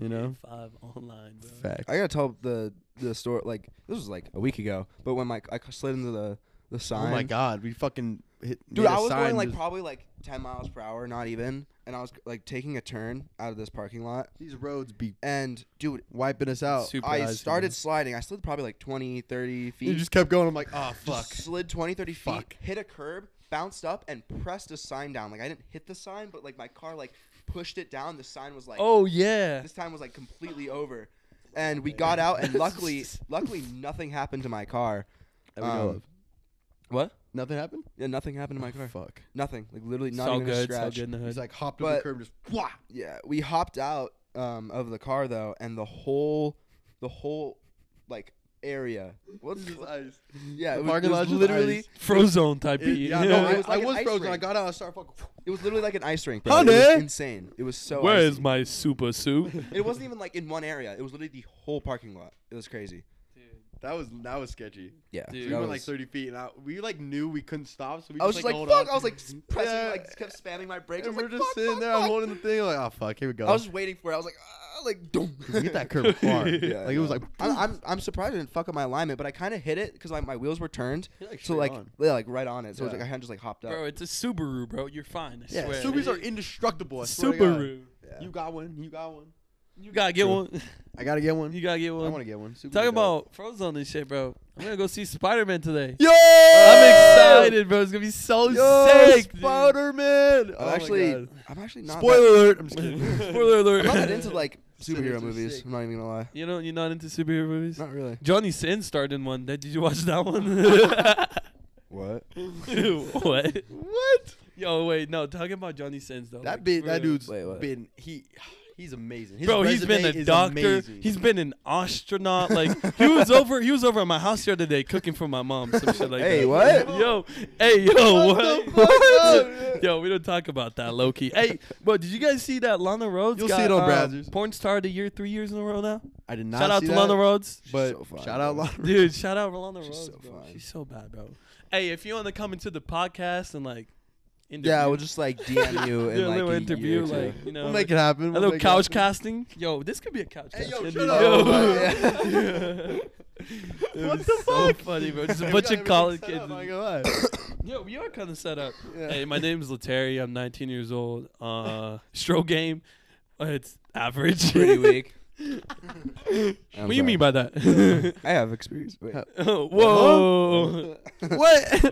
Speaker 1: You know?
Speaker 2: five online, bro.
Speaker 1: Fact.
Speaker 3: I gotta tell the the story. Like this was like a week ago, but when my I slid into the the sign.
Speaker 1: Oh my god, we fucking hit.
Speaker 3: dude!
Speaker 1: made a
Speaker 3: I was
Speaker 1: sign
Speaker 3: going like
Speaker 1: just-
Speaker 3: probably like ten miles per hour, not even, and I was like taking a turn out of this parking lot,
Speaker 1: these roads be
Speaker 3: and dude,
Speaker 1: wiping us out.
Speaker 2: Super
Speaker 3: I
Speaker 2: nice,
Speaker 3: started
Speaker 2: dude.
Speaker 3: sliding. I slid probably like 20, 30 feet.
Speaker 1: You just kept going. I'm like, oh fuck.
Speaker 3: Just Slid 20, 30 feet,
Speaker 1: Fuck.
Speaker 3: hit a curb, bounced up, and pressed a sign down. Like I didn't hit the sign, but like my car like pushed it down. The sign was like
Speaker 2: Oh yeah.
Speaker 3: this time was like completely over. And we got out, and luckily, luckily, nothing happened to my car.
Speaker 1: That we know
Speaker 3: Um,
Speaker 1: of.
Speaker 3: What?
Speaker 1: Nothing happened.
Speaker 3: Yeah, nothing happened to my car.
Speaker 1: Fuck.
Speaker 3: Nothing. Like literally not
Speaker 2: so
Speaker 3: even a
Speaker 2: good, so
Speaker 3: scratch.
Speaker 2: good in the
Speaker 1: He's
Speaker 2: hood.
Speaker 1: like hopped over the
Speaker 3: But-
Speaker 1: curb, and just wah.
Speaker 3: Yeah, we hopped out um, of the car though, and the whole, the whole, like area. What's
Speaker 1: It's just
Speaker 3: what-
Speaker 1: ice.
Speaker 3: yeah,
Speaker 1: The
Speaker 3: it was,
Speaker 1: parking
Speaker 3: it was
Speaker 1: lot's just
Speaker 3: literally,
Speaker 1: ice.
Speaker 2: Frozone type E.
Speaker 1: It-
Speaker 2: beat.
Speaker 1: yeah,
Speaker 3: Yeah.
Speaker 1: no,
Speaker 3: It
Speaker 1: I,
Speaker 3: was
Speaker 1: I
Speaker 3: like an
Speaker 1: was
Speaker 3: ice
Speaker 1: frozen. I
Speaker 3: rink.
Speaker 1: got out. I started fucking.
Speaker 3: it was literally like an ice rink. Bro. It was
Speaker 1: Honey!
Speaker 3: insane. It was so.
Speaker 2: Where
Speaker 3: icy.
Speaker 2: is my super suit?
Speaker 3: It wasn't even like in one area. It was literally the whole parking lot. It was crazy.
Speaker 1: That was that was sketchy.
Speaker 3: Yeah,
Speaker 2: Dude.
Speaker 1: We
Speaker 3: that
Speaker 1: went
Speaker 3: was,
Speaker 1: like 30 feet, and I, we like knew we couldn't stop, so we
Speaker 3: I was
Speaker 1: just
Speaker 3: just like,
Speaker 1: held
Speaker 3: fuck!
Speaker 1: on.
Speaker 3: I was like s- pressing,
Speaker 1: Yeah.
Speaker 3: like kept spamming my brakes. I
Speaker 1: and
Speaker 3: was
Speaker 1: we're
Speaker 3: like,
Speaker 1: just
Speaker 3: fuck,
Speaker 1: sitting
Speaker 3: fuck,
Speaker 1: there. I'm
Speaker 3: fuck.
Speaker 1: holding the thing. Like, oh fuck, here we go.
Speaker 3: I was just waiting for it. I was like, ah, like, doom.
Speaker 1: We hit that curb hard.
Speaker 2: Yeah,
Speaker 1: like it was like.
Speaker 3: I'm, I'm I'm surprised I didn't fuck up my alignment, but I kind of hit it because like my wheels were turned,
Speaker 1: You're, like,
Speaker 3: so
Speaker 1: straight
Speaker 3: like
Speaker 1: on.
Speaker 3: yeah, like right on it. So it was
Speaker 1: Yeah.
Speaker 3: like I kind of just like hopped up.
Speaker 2: Bro, it's a Subaru, bro. You're fine. I
Speaker 1: yeah,
Speaker 2: swear.
Speaker 1: Subarus are indestructible. I swear to God.
Speaker 2: Subaru.
Speaker 3: Yeah.
Speaker 1: You got one. You got one.
Speaker 2: You gotta get
Speaker 1: True.
Speaker 2: one.
Speaker 1: I gotta get one.
Speaker 2: You gotta get
Speaker 1: I want
Speaker 2: one.
Speaker 1: to get one. Super
Speaker 2: Talking
Speaker 1: dope.
Speaker 2: about Frozone and shit, bro. I'm gonna go see Spider Man today.
Speaker 1: Yo!
Speaker 2: I'm excited, bro. It's gonna be so sick. dude.
Speaker 1: Spider Man. oh
Speaker 3: I'm actually I'm actually not
Speaker 1: Spoiler alert. I'm just
Speaker 2: Spoiler alert.
Speaker 3: That, I'm not that into like Superhero
Speaker 1: are
Speaker 3: movies.
Speaker 1: sick.
Speaker 3: I'm not even gonna lie.
Speaker 2: You know, you're not into superhero movies.
Speaker 3: Not really.
Speaker 2: Johnny Sin starred in one. Did you watch that one?
Speaker 3: What?
Speaker 2: what? What? Yo, wait, no. Talking about Johnny Sins though.
Speaker 1: That
Speaker 2: like,
Speaker 1: bit,
Speaker 2: for
Speaker 1: that
Speaker 2: real.
Speaker 1: dude's
Speaker 3: Wait, what?
Speaker 1: been he, he's amazing. His
Speaker 2: Bro, he's been
Speaker 1: resume
Speaker 2: a
Speaker 1: is
Speaker 2: doctor.
Speaker 1: amazing.
Speaker 2: He's been an astronaut. Like he was over, he was over at my house the other day cooking for my mom, some shit like
Speaker 3: Hey,
Speaker 2: that.
Speaker 3: what?
Speaker 2: Yo, hey, yo,
Speaker 1: What the
Speaker 2: what?
Speaker 1: fuck?
Speaker 2: yo, we don't talk about that, low key. Hey, but did you guys see that Lana Rhodes?
Speaker 1: You'll
Speaker 2: got,
Speaker 1: see it on
Speaker 2: uh,
Speaker 1: Brazzers.
Speaker 2: Porn star of the year three years in a row now.
Speaker 1: I did not
Speaker 2: shout out
Speaker 1: see
Speaker 2: to
Speaker 1: that,
Speaker 2: Lana Rhodes.
Speaker 1: but
Speaker 3: so fine,
Speaker 1: shout out
Speaker 3: bro.
Speaker 1: Lana.
Speaker 2: Dude, shout out Rolanda
Speaker 3: She's
Speaker 2: Rose.
Speaker 3: so
Speaker 2: bro.
Speaker 3: fine.
Speaker 2: She's so bad, bro. Hey, if you want to come into the podcast and like, interview,
Speaker 3: Yeah, we'll just like DM you
Speaker 2: do
Speaker 3: in
Speaker 2: a
Speaker 3: like
Speaker 2: little
Speaker 3: a year
Speaker 2: interview,
Speaker 3: or two.
Speaker 2: like you know,
Speaker 1: We'll make it happen.
Speaker 2: a
Speaker 1: We'll
Speaker 2: little
Speaker 1: make it
Speaker 2: couch
Speaker 1: happen.
Speaker 2: casting. Yo, this could be a couch
Speaker 1: Hey, yo,
Speaker 2: casting.
Speaker 1: shut
Speaker 3: up.
Speaker 1: What
Speaker 2: what
Speaker 1: the
Speaker 2: so
Speaker 1: fuck?
Speaker 2: funny, bro. Just
Speaker 1: We
Speaker 2: a
Speaker 1: got
Speaker 2: bunch of
Speaker 1: everything
Speaker 2: college
Speaker 1: set
Speaker 2: kids.
Speaker 1: up, I ain't gonna lie.
Speaker 2: Yo, we are kind of set up.
Speaker 1: Yeah.
Speaker 2: Hey, my name's Letary. I'm 19 years old. Uh, stroke game, uh, it's average.
Speaker 3: Pretty weak.
Speaker 2: what do you mean by that?
Speaker 3: I have experience. Wait.
Speaker 1: Huh. Oh.
Speaker 2: Whoa.
Speaker 1: what?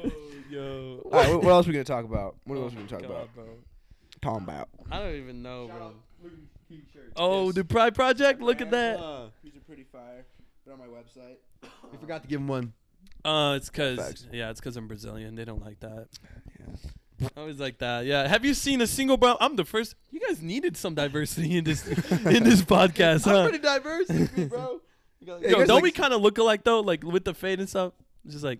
Speaker 2: Yo.
Speaker 3: All right, what, what else are we gonna talk about? What else are we
Speaker 2: my
Speaker 3: gonna talk
Speaker 2: Oh God,
Speaker 3: about?
Speaker 2: bro?
Speaker 3: Talk about.
Speaker 2: I don't even know, bro.
Speaker 1: T-shirt.
Speaker 2: Oh, the Pride Project. Look at that.
Speaker 1: Uh,
Speaker 3: These are pretty fire. They're on my website.
Speaker 1: we forgot to give him one.
Speaker 2: Uh, it's cause
Speaker 3: Facts.
Speaker 2: yeah, it's cause I'm Brazilian. They don't like that.
Speaker 3: Yeah.
Speaker 2: I Always like that. Yeah. Have you seen a single brown? I'm the first. You guys needed some diversity in this in this podcast,
Speaker 1: I'm
Speaker 2: huh?
Speaker 1: pretty diverse, bro. You got-
Speaker 3: Yeah,
Speaker 2: Yo,
Speaker 3: guys
Speaker 2: don't
Speaker 3: like-
Speaker 2: we kind of look alike though? Like with the fade and stuff. It's just like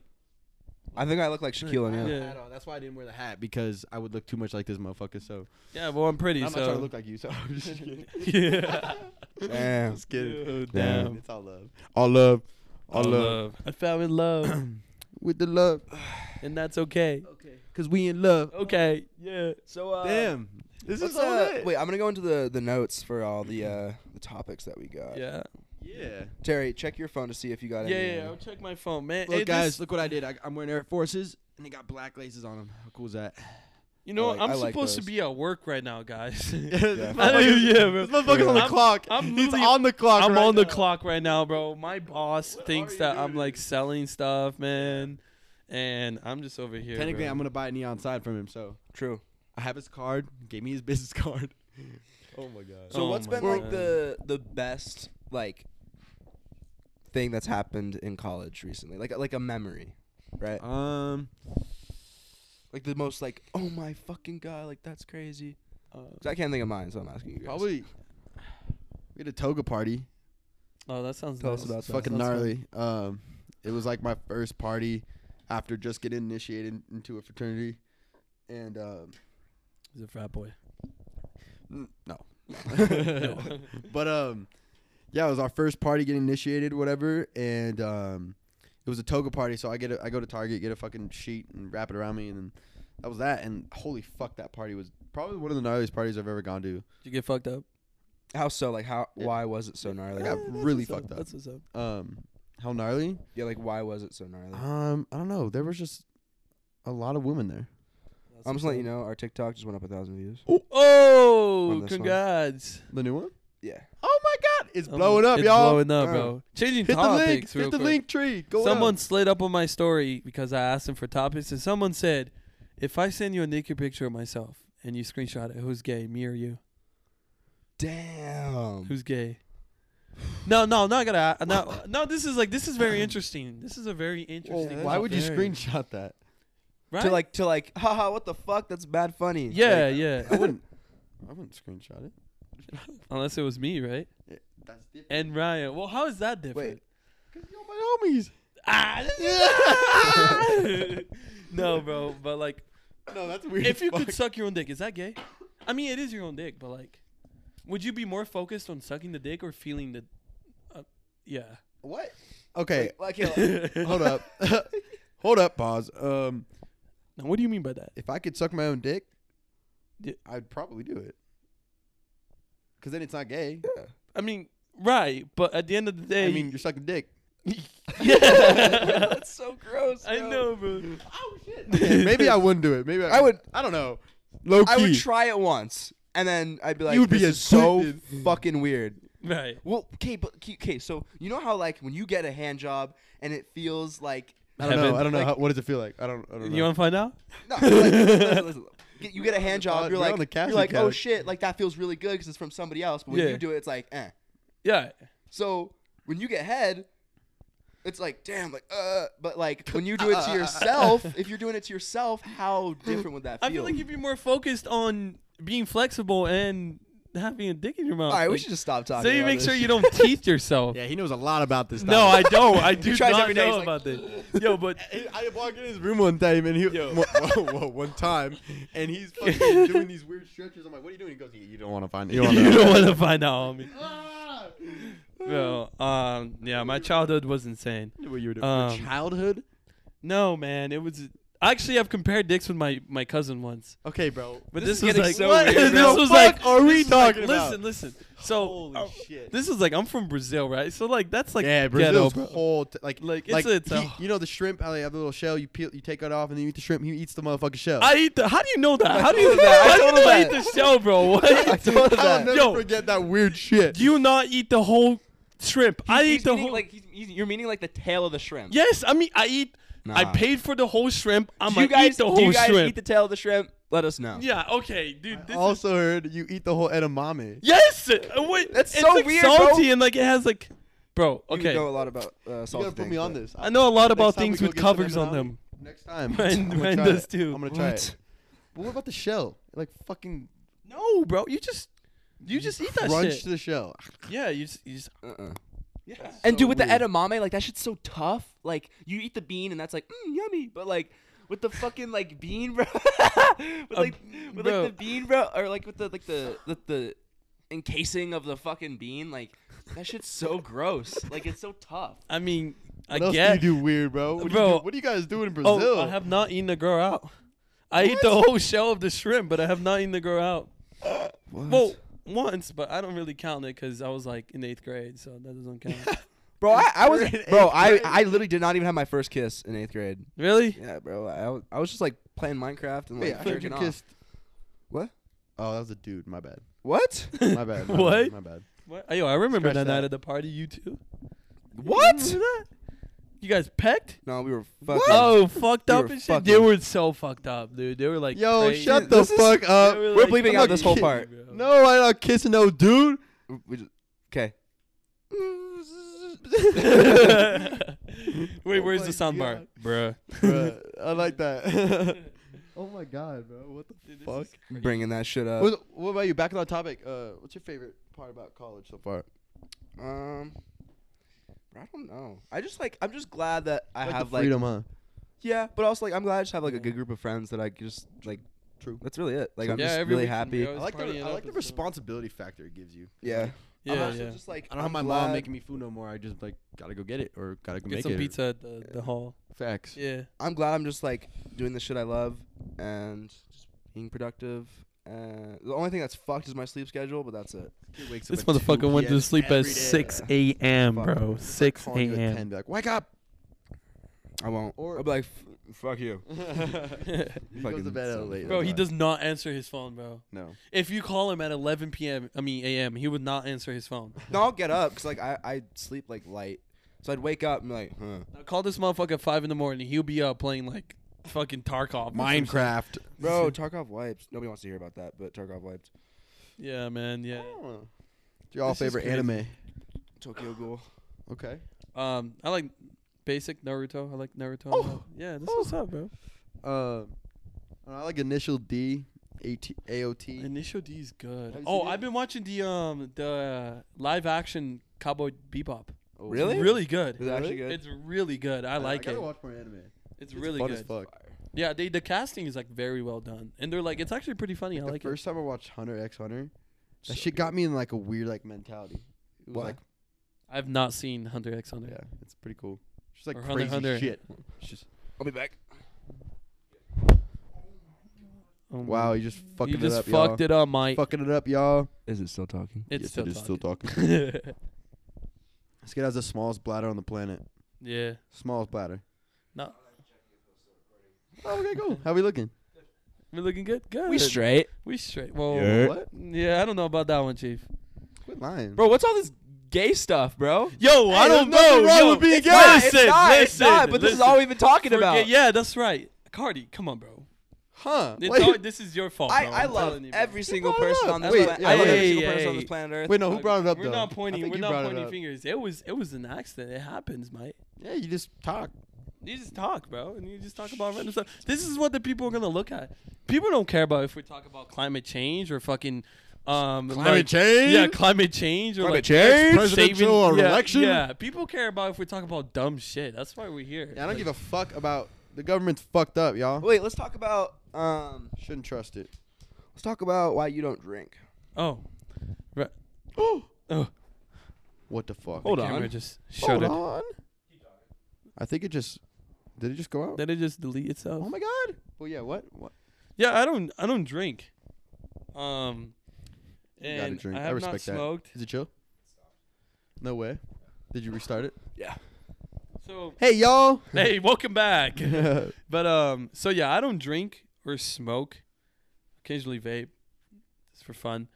Speaker 3: I think I look like Shaquille
Speaker 1: I had
Speaker 3: O'Neal.
Speaker 1: a
Speaker 2: Yeah.
Speaker 1: hat on. That's why I didn't wear the hat because I would look too much like this motherfucker. So
Speaker 2: yeah, well I'm pretty.
Speaker 1: I'm not trying
Speaker 2: so
Speaker 1: to look like you. So I'm just kidding.
Speaker 2: yeah.
Speaker 3: Damn.
Speaker 1: Just kidding.
Speaker 2: Dude,
Speaker 3: Damn.
Speaker 2: damn.
Speaker 1: It's all love. All love. All
Speaker 2: I
Speaker 1: love.
Speaker 2: love. uh, I fell in love,
Speaker 1: With the love,
Speaker 2: and that's okay.
Speaker 1: cause we in love.
Speaker 2: Okay. Yeah.
Speaker 3: So uh,
Speaker 1: Damn. This
Speaker 3: This
Speaker 1: is
Speaker 3: is,
Speaker 1: so
Speaker 3: uh,
Speaker 1: lit.
Speaker 3: wait, I'm gonna go into the, the notes for all the uh, the topics that we got.
Speaker 2: Yeah.
Speaker 1: Yeah.
Speaker 3: Terry, check your phone to see if you got
Speaker 2: Yeah,
Speaker 3: any. uh,
Speaker 2: yeah, yeah, I'll check my phone, man.
Speaker 1: Look,
Speaker 2: Hey,
Speaker 1: guys,
Speaker 2: this-
Speaker 1: look what I did. I, I'm wearing Air Forces, and they got black laces on them. How cool is that?
Speaker 2: you know,
Speaker 3: I like-
Speaker 2: I'm
Speaker 3: I like
Speaker 2: supposed to
Speaker 3: those.
Speaker 2: be at work right now, guys.
Speaker 1: yeah,
Speaker 2: I don't even- yeah, bro.
Speaker 1: This motherfucker's on the
Speaker 2: I'm-
Speaker 1: clock.
Speaker 2: I'm
Speaker 1: He's
Speaker 2: literally-
Speaker 1: on the clock.
Speaker 2: I'm
Speaker 1: right
Speaker 2: on the
Speaker 1: now.
Speaker 2: clock right now, bro. My boss thinks
Speaker 1: you
Speaker 2: that I'm
Speaker 1: doing?
Speaker 2: like selling stuff, man, and I'm just over here.
Speaker 1: Technically,
Speaker 2: bro.
Speaker 1: I'm gonna buy a neon sign from him. So
Speaker 3: True.
Speaker 1: I have his card. Gave me his business card. oh my god.
Speaker 3: So
Speaker 2: Oh
Speaker 3: what's
Speaker 2: my
Speaker 3: been like
Speaker 2: God.
Speaker 3: the the best like thing that's happened in college recently? Like like a memory, right?
Speaker 2: Uh,
Speaker 1: Um.
Speaker 3: Like the most like oh my fucking god, like that's crazy.
Speaker 2: Uh,
Speaker 3: 'Cause I can't think of mine, so I'm asking you. Guys.
Speaker 1: Probably. We had a toga party.
Speaker 2: oh, that sounds
Speaker 3: Tell
Speaker 2: nice.
Speaker 3: us about
Speaker 1: It's
Speaker 3: that.
Speaker 1: fucking
Speaker 3: Sounds fun.
Speaker 1: gnarly. Um, it was like my first party after just getting initiated into a fraternity, and um,
Speaker 2: He's a frat boy.
Speaker 1: n- no,
Speaker 2: No.
Speaker 1: but um, yeah, it was our first party getting initiated, whatever, and um, it was a toga party. So I get a, I go to Target, get a fucking sheet, and wrap it around me, and then that was that. And holy fuck, that party was probably one of the gnarliest parties I've ever gone to.
Speaker 2: Did you get fucked up?
Speaker 3: How so? Like how?
Speaker 1: Yeah.
Speaker 3: Why was it so gnarly?
Speaker 1: I got
Speaker 2: Eh, that's
Speaker 1: really
Speaker 2: what's
Speaker 1: fucked up.
Speaker 2: That's what's up.
Speaker 1: Um, how gnarly?
Speaker 3: Yeah, like why was it so gnarly?
Speaker 2: Uh,
Speaker 1: Um, I don't know. There was just a lot of women there.
Speaker 2: That's
Speaker 3: I'm
Speaker 2: what's
Speaker 3: just letting
Speaker 2: up.
Speaker 3: you know our TikTok just went up a thousand views. On
Speaker 2: Oh,
Speaker 3: this one.
Speaker 2: congrats!
Speaker 1: The new one?
Speaker 3: Yeah.
Speaker 1: Oh my god, it's
Speaker 2: Um,
Speaker 1: blowing up,
Speaker 2: it's
Speaker 1: y'all!
Speaker 2: Blowing up,
Speaker 1: Uh,
Speaker 2: bro. Changing
Speaker 1: Hit the
Speaker 2: topics.
Speaker 1: link.
Speaker 2: real
Speaker 1: Hit the
Speaker 2: quick.
Speaker 1: link tree. Go
Speaker 2: someone slid up on my story because I asked him for topics, and someone said, "If I send you a naked picture of myself and you screenshot it, who's gay, me or you?
Speaker 3: Damn.
Speaker 2: Who's gay?" No, no, not gonna. No, no. This is like this is very interesting. This is a very interesting.
Speaker 1: why would you
Speaker 2: topic.
Speaker 1: screenshot that?
Speaker 2: Right?
Speaker 3: To like to like haha what the fuck that's bad funny.
Speaker 2: yeah,
Speaker 3: Like,
Speaker 1: I
Speaker 2: yeah.
Speaker 1: wouldn't. I wouldn't screenshot it.
Speaker 2: Unless it was me, right?
Speaker 1: That's different.
Speaker 2: And Ryan. Well, how is that different?
Speaker 3: Wait.
Speaker 1: Cause you're my homies.
Speaker 2: Ah, this- no, bro. But like,
Speaker 1: No, that's weird.
Speaker 2: if you
Speaker 1: as
Speaker 2: could
Speaker 1: fuck.
Speaker 2: suck your own dick, is that gay? I mean, it is your own dick, but like, would you be more focused on sucking the dick or feeling the? Uh, yeah.
Speaker 1: what? Okay,
Speaker 3: Like, like, yeah, like-
Speaker 2: now,
Speaker 1: hold up, hold up, pause. Um,
Speaker 2: what do you mean by that?
Speaker 1: if I could suck my own dick,
Speaker 2: Yeah.
Speaker 1: I'd probably do it. Cause then it's not gay.
Speaker 2: I mean, right? But at the end of the day,
Speaker 1: I mean, you're sucking dick.
Speaker 2: yeah.
Speaker 3: that's so gross.
Speaker 2: I
Speaker 3: bro.
Speaker 2: know, bro.
Speaker 1: Oh shit. Maybe I wouldn't do it. Maybe I,
Speaker 3: I would
Speaker 1: I don't know. Low key.
Speaker 3: I would try it once and then I'd be like
Speaker 1: You'd be
Speaker 3: this is so
Speaker 1: addicted.
Speaker 3: fucking weird.
Speaker 2: Right.
Speaker 3: Well, okay, but okay, so you know how like when you get a hand job and it feels like
Speaker 1: I don't know.
Speaker 2: Heaven.
Speaker 1: I don't know.
Speaker 3: Like-
Speaker 1: how, what does it feel like? I don't. I don't know.
Speaker 2: You want to find out?
Speaker 3: no, like, listen, listen, get, you get a hand
Speaker 1: Uh,
Speaker 3: job. You're
Speaker 1: we're
Speaker 3: like,
Speaker 1: on the
Speaker 3: you're
Speaker 1: casting
Speaker 3: like, oh
Speaker 1: couch."
Speaker 3: shit, like that feels really good because it's from somebody else. But when
Speaker 2: Yeah.
Speaker 3: you do it, it's like, eh.
Speaker 2: yeah.
Speaker 3: So when you get head, it's like, damn, like, uh. But like when you do it to yourself, if you're doing it to yourself, how different would that feel?
Speaker 2: I feel like you'd be more focused on being flexible and having a dick in your mouth.
Speaker 3: All right, we
Speaker 2: Like,
Speaker 3: should just stop talking.
Speaker 2: so you
Speaker 3: about
Speaker 2: make
Speaker 3: this
Speaker 2: sure
Speaker 3: shit.
Speaker 2: you don't teeth yourself.
Speaker 4: Yeah, he knows a lot about this.
Speaker 2: No, I don't. I do
Speaker 3: tries
Speaker 2: not
Speaker 3: every day,
Speaker 2: know
Speaker 3: he's
Speaker 2: about
Speaker 3: like,
Speaker 2: this. Yo, but
Speaker 1: I walked in his room one time and he
Speaker 2: Yo.
Speaker 1: whoa, whoa, whoa, one time and he's fucking doing these weird stretches. I'm like, what are you doing? He goes, "You- you don't want to find it. Ah! You
Speaker 2: you
Speaker 1: wanna-
Speaker 2: don't want to find out, homie. Well, um, yeah, my childhood was insane.
Speaker 4: What you were doing?
Speaker 2: Um,
Speaker 4: childhood?
Speaker 2: No, man, it was. Actually, I've compared dicks with my my cousin once,
Speaker 1: Okay, bro.
Speaker 2: but this,
Speaker 3: This is
Speaker 2: was
Speaker 3: getting
Speaker 2: like
Speaker 3: so
Speaker 1: What
Speaker 3: weird,
Speaker 1: in
Speaker 2: this
Speaker 1: the
Speaker 2: was
Speaker 1: fuck
Speaker 2: like
Speaker 1: are we
Speaker 2: this was like-
Speaker 1: talking about?
Speaker 2: Listen, listen. So
Speaker 1: Holy
Speaker 2: uh,
Speaker 1: shit.
Speaker 2: this is like I'm from Brazil, right? So like that's like
Speaker 1: yeah,
Speaker 2: ghetto,
Speaker 1: Brazil's
Speaker 2: bro.
Speaker 1: whole t- like
Speaker 2: Like, it's
Speaker 1: like
Speaker 2: a- it's a-
Speaker 1: he- you know the shrimp. How they have the little shell. You peel, you take it off, and then you eat the shrimp. He eats the motherfucking shell.
Speaker 2: I eat the. How do you know that? How do you
Speaker 3: told him that. I
Speaker 2: How do you
Speaker 3: told him
Speaker 2: not eat
Speaker 3: that.
Speaker 2: the shell, bro?
Speaker 3: I
Speaker 2: What?
Speaker 3: told him
Speaker 1: I'll
Speaker 3: that.
Speaker 1: never
Speaker 2: Yo.
Speaker 1: forget that weird shit.
Speaker 2: Do you not eat the whole shrimp? I
Speaker 3: He's
Speaker 2: eat the
Speaker 3: meaning,
Speaker 2: whole.
Speaker 3: Like he's, he's, you're meaning like the tail of the shrimp.
Speaker 2: yes, I mean I eat. I
Speaker 3: Nah.
Speaker 2: paid for the whole shrimp. I'm
Speaker 3: Do you
Speaker 2: gonna
Speaker 3: guys,
Speaker 2: eat the
Speaker 3: do
Speaker 2: whole
Speaker 3: you guys
Speaker 2: shrimp.
Speaker 3: eat the tail of the shrimp? Let us know.
Speaker 2: yeah. Okay, dude. This is,
Speaker 1: also heard you eat the whole edamame.
Speaker 2: yes. uh, Wait,
Speaker 3: That's
Speaker 2: it's
Speaker 3: so
Speaker 2: like
Speaker 3: weird, bro.
Speaker 2: salty and like it has like, bro.
Speaker 3: You
Speaker 2: Okay,
Speaker 3: know a lot about uh,
Speaker 1: You
Speaker 3: salty
Speaker 1: gotta put
Speaker 3: things,
Speaker 1: me on
Speaker 3: but-
Speaker 1: this.
Speaker 2: I know a lot about
Speaker 1: Next time
Speaker 2: things
Speaker 1: we
Speaker 2: with
Speaker 1: go get some
Speaker 2: covers on
Speaker 1: edamame.
Speaker 2: them.
Speaker 1: Next time,
Speaker 2: Mine-
Speaker 1: I'm gonna
Speaker 2: mine
Speaker 1: try
Speaker 2: does
Speaker 1: it.
Speaker 2: too.
Speaker 1: I'm gonna try
Speaker 3: What?
Speaker 1: it. But what about the shell? Like fucking
Speaker 2: No, bro. You just, you just eat that
Speaker 1: crunch
Speaker 2: shit.
Speaker 1: the shell.
Speaker 2: Yeah, you just, you just.
Speaker 3: Uh-uh.
Speaker 2: Yeah.
Speaker 3: And dude, with
Speaker 1: weird.
Speaker 3: the edamame, like that shit's so tough. Like you eat the bean, and that's like mm, yummy. But like with the fucking like bean, bro, with like with
Speaker 2: Um, bro.
Speaker 3: like the bean, bro, or like with the like the the, the encasing of the fucking bean, like that shit's so gross. Like it's so tough.
Speaker 2: I mean, I
Speaker 1: What else
Speaker 2: guess.
Speaker 1: do you do weird, bro? What, do, you
Speaker 2: Bro.
Speaker 1: do? what do you guys do in Brazil?
Speaker 2: Oh, I have not eaten the girl out. I eat the whole shell of the shrimp, but I have not eaten the girl out. Well, once, but I don't really count it because I was like in eighth grade, so that doesn't count.
Speaker 3: Bro, I, I was
Speaker 1: You're in
Speaker 3: bro.
Speaker 1: eighth
Speaker 3: I,
Speaker 1: grade.
Speaker 3: I literally did not even have my first kiss in eighth grade.
Speaker 2: really?
Speaker 3: Yeah, bro. I, was- I was just like playing Minecraft and
Speaker 1: Wait,
Speaker 3: like
Speaker 1: I heard you
Speaker 3: jerking off.
Speaker 1: kissed.
Speaker 3: What?
Speaker 1: Oh, that was a dude. My bad.
Speaker 3: What?
Speaker 1: My bad. my
Speaker 2: What?
Speaker 1: bad, My bad.
Speaker 2: What? Yo, I remember
Speaker 1: Scratch
Speaker 2: that night
Speaker 1: that.
Speaker 2: at the party. You two.
Speaker 3: what?
Speaker 2: Remember that? You guys pecked?
Speaker 3: No, we were fucking.
Speaker 2: Oh, fucked
Speaker 3: They
Speaker 2: up
Speaker 3: were
Speaker 2: and shit. They
Speaker 3: fucking-
Speaker 2: were so fucked up, dude. They were like,
Speaker 1: Yo,
Speaker 2: crazy.
Speaker 1: shut the
Speaker 3: This is-
Speaker 1: fuck up.
Speaker 2: They were,
Speaker 3: We're
Speaker 2: like,
Speaker 3: bleeping
Speaker 2: I'm
Speaker 3: out
Speaker 2: not
Speaker 3: this whole
Speaker 2: kidding,
Speaker 3: part.
Speaker 2: bro.
Speaker 1: No, I'm not kissing no dude.
Speaker 3: We just, okay.
Speaker 2: Wait,
Speaker 1: Oh
Speaker 2: where's
Speaker 1: my
Speaker 2: the sound bar,
Speaker 1: God.
Speaker 2: bruh?
Speaker 1: Bruh, I like that. oh my god, bro. What the
Speaker 2: Dude, this
Speaker 1: fuck?
Speaker 2: is
Speaker 3: Bringing that shit up.
Speaker 1: What, what about you? Back on the topic. Uh, what's your favorite part about college so far?
Speaker 3: Um, I don't know. I just like I'm just glad that I
Speaker 1: Like the
Speaker 3: have like
Speaker 1: freedom, huh?
Speaker 3: yeah, but also like I'm glad I just have like a good group of friends that I could just like.
Speaker 1: True.
Speaker 3: That's really it. Like I'm
Speaker 2: Yeah,
Speaker 3: just
Speaker 2: every
Speaker 3: really
Speaker 2: weekend
Speaker 3: happy.
Speaker 2: we always
Speaker 4: I like
Speaker 2: party
Speaker 4: the
Speaker 2: it
Speaker 4: I
Speaker 2: up
Speaker 4: like the
Speaker 2: and stuff.
Speaker 4: responsibility factor it gives you.
Speaker 3: Yeah.
Speaker 2: Yeah,
Speaker 3: I'm also
Speaker 2: yeah.
Speaker 3: just like
Speaker 4: I don't have
Speaker 3: I'm
Speaker 4: my
Speaker 3: glad-
Speaker 4: mom making me food no more. I just like gotta go get it or gotta go
Speaker 2: Get
Speaker 4: make
Speaker 2: some
Speaker 4: it.
Speaker 2: pizza at the, the hall.
Speaker 4: Facts.
Speaker 2: Yeah.
Speaker 3: I'm glad I'm just like doing the shit I love and just being productive. And the only thing that's fucked is my sleep schedule, but that's it.
Speaker 4: Kid wakes
Speaker 2: This
Speaker 4: up at 2
Speaker 2: motherfucker went
Speaker 4: PM
Speaker 2: to sleep at
Speaker 4: every day.
Speaker 2: 6 a.m.,
Speaker 3: Fuck.
Speaker 2: bro. 6
Speaker 1: Calling you at 10,
Speaker 2: a.m.
Speaker 1: be like, wake up.
Speaker 3: I won't.
Speaker 1: Or-
Speaker 3: I'll be like, F- fuck you.
Speaker 1: he goes to
Speaker 3: Fucking
Speaker 1: bed at
Speaker 3: son.
Speaker 1: late.
Speaker 2: Bro, he
Speaker 1: that's
Speaker 2: does not answer his phone, bro.
Speaker 1: why. No.
Speaker 2: If you call him at 11 p.m., I mean a.m., he would not answer his phone.
Speaker 3: No, I'll get up because like I I sleep like light, so I'd wake up and be like, huh.
Speaker 2: Now call this motherfucker at 5 in the morning. He'll be up playing like fucking Tarkov. or some shit.
Speaker 4: Minecraft.
Speaker 3: Bro, Tarkov wipes. Nobody wants to hear about that, but Tarkov wipes.
Speaker 2: Yeah, man. Yeah.
Speaker 1: Oh. Your all
Speaker 2: This is
Speaker 1: favorite
Speaker 2: crazy.
Speaker 1: anime?
Speaker 3: Tokyo Ghoul.
Speaker 1: Okay.
Speaker 2: Um, I like basic Naruto. I like Naruto. a
Speaker 1: Oh.
Speaker 2: lot. Yeah, this
Speaker 1: Oh.
Speaker 2: what's up, bro.
Speaker 1: Um, I like Initial D, AT, AOT.
Speaker 2: Initial D is good.
Speaker 1: Have you
Speaker 2: Oh,
Speaker 1: seen it?
Speaker 2: I've been watching the um the live action Cowboy Bebop.
Speaker 1: Oh,
Speaker 3: Really?
Speaker 2: Really
Speaker 3: Is
Speaker 2: good.
Speaker 3: it actually good?
Speaker 2: It's really good. I like
Speaker 1: I
Speaker 2: it.
Speaker 1: gotta watch more anime.
Speaker 2: It's really
Speaker 1: fun
Speaker 2: good.
Speaker 1: as fuck.
Speaker 2: Yeah, they the casting is like very well done, and they're like it's actually pretty funny. I
Speaker 1: the
Speaker 2: like
Speaker 1: first time I watched Hunter X Hunter, that
Speaker 3: So
Speaker 1: shit got me in like a weird like mentality. It was
Speaker 3: Why?
Speaker 1: like,
Speaker 2: it. I've not seen Hunter X Hunter.
Speaker 1: yeah, it's pretty cool. Just like
Speaker 2: Or Hunter
Speaker 1: crazy
Speaker 2: Hunter.
Speaker 1: shit. It's just
Speaker 3: I'll be back.
Speaker 2: Oh my-
Speaker 1: wow, you just fucking
Speaker 2: you just
Speaker 1: it up,
Speaker 2: fucked
Speaker 1: y'all.
Speaker 2: it up, Mike.
Speaker 1: Fucking it up, y'all.
Speaker 3: Is it still talking?
Speaker 2: It's
Speaker 1: Yes,
Speaker 2: still,
Speaker 1: it is still talking.
Speaker 2: talking.
Speaker 1: This kid has the smallest bladder on the planet.
Speaker 2: yeah.
Speaker 1: Smallest bladder.
Speaker 2: No.
Speaker 1: Oh, okay, cool. How we looking?
Speaker 2: We're looking good. Good.
Speaker 3: We straight.
Speaker 2: We straight. Well,
Speaker 4: Yeah.
Speaker 1: What?
Speaker 2: yeah, I don't know about that one, Chief.
Speaker 1: Quit lying,
Speaker 3: Bro, what's all this gay stuff, bro?
Speaker 2: Yo, I
Speaker 1: there's
Speaker 2: don't
Speaker 1: nothing
Speaker 2: know.
Speaker 1: wrong
Speaker 2: yo,
Speaker 1: with being
Speaker 2: it's
Speaker 1: gay.
Speaker 2: not-
Speaker 3: it's
Speaker 2: Listen,
Speaker 3: not, it's
Speaker 2: listen,
Speaker 3: not, but this is
Speaker 2: listen.
Speaker 3: all we've been talking
Speaker 2: Forget-
Speaker 3: about.
Speaker 2: Yeah, that's right. Cardi, come on, bro.
Speaker 1: huh?
Speaker 2: It's
Speaker 1: Wait,
Speaker 2: all, this is your fault.
Speaker 3: I,
Speaker 2: bro.
Speaker 3: I
Speaker 2: I'm
Speaker 3: love
Speaker 2: telling you, bro.
Speaker 3: every single
Speaker 1: brought it
Speaker 3: person
Speaker 1: up.
Speaker 3: on this
Speaker 1: Wait,
Speaker 3: planet.
Speaker 1: yeah,
Speaker 3: I love
Speaker 2: wait.
Speaker 3: every
Speaker 2: Hey,
Speaker 3: single person on
Speaker 2: hey.
Speaker 3: this planet Earth.
Speaker 1: wait, no, who brought it up
Speaker 2: We're
Speaker 1: though?
Speaker 2: not
Speaker 1: I
Speaker 2: pointing.
Speaker 1: think
Speaker 2: We're
Speaker 1: you
Speaker 2: not
Speaker 1: brought it
Speaker 2: pointing
Speaker 1: up.
Speaker 2: fingers. It was it was an accident. It happens, mate.
Speaker 1: Yeah, you just talk.
Speaker 2: You just talk, bro, and you just talk about random stuff. This is what the people are gonna look at. People don't care about if we talk about climate change or fucking um
Speaker 4: Climate
Speaker 2: like-
Speaker 4: change?
Speaker 2: Yeah, climate change or
Speaker 4: Climate
Speaker 2: like
Speaker 4: change?
Speaker 2: saving-
Speaker 4: Presidential
Speaker 2: yeah,
Speaker 4: election?
Speaker 2: Yeah, people care about if we talk about dumb shit. That's why we're here.
Speaker 1: Yeah, I don't give a fuck about the government's fucked up, y'all.
Speaker 3: Wait, let's talk about um.
Speaker 1: Shouldn't trust it.
Speaker 3: Let's talk about why you don't drink.
Speaker 2: Oh, Re- oh,
Speaker 1: What the fuck?
Speaker 2: hold
Speaker 3: on.
Speaker 2: camera just
Speaker 1: Hold
Speaker 2: shuddered.
Speaker 1: on. I think it just did. It just go out.
Speaker 2: Did it just delete itself?
Speaker 1: Oh my god. Well, yeah. What? What?
Speaker 2: Yeah, I don't. I don't drink. Um,
Speaker 1: You gotta
Speaker 2: and
Speaker 1: drink.
Speaker 2: I
Speaker 1: I,
Speaker 2: have
Speaker 1: respect
Speaker 2: not
Speaker 1: that.
Speaker 2: smoked.
Speaker 1: Is it chill? No way. Did you restart it?
Speaker 2: So
Speaker 1: Hey, y'all.
Speaker 2: hey, welcome back.
Speaker 1: That's
Speaker 2: But um, so yeah, I don't drink or smoke. Occasionally vape, just for fun.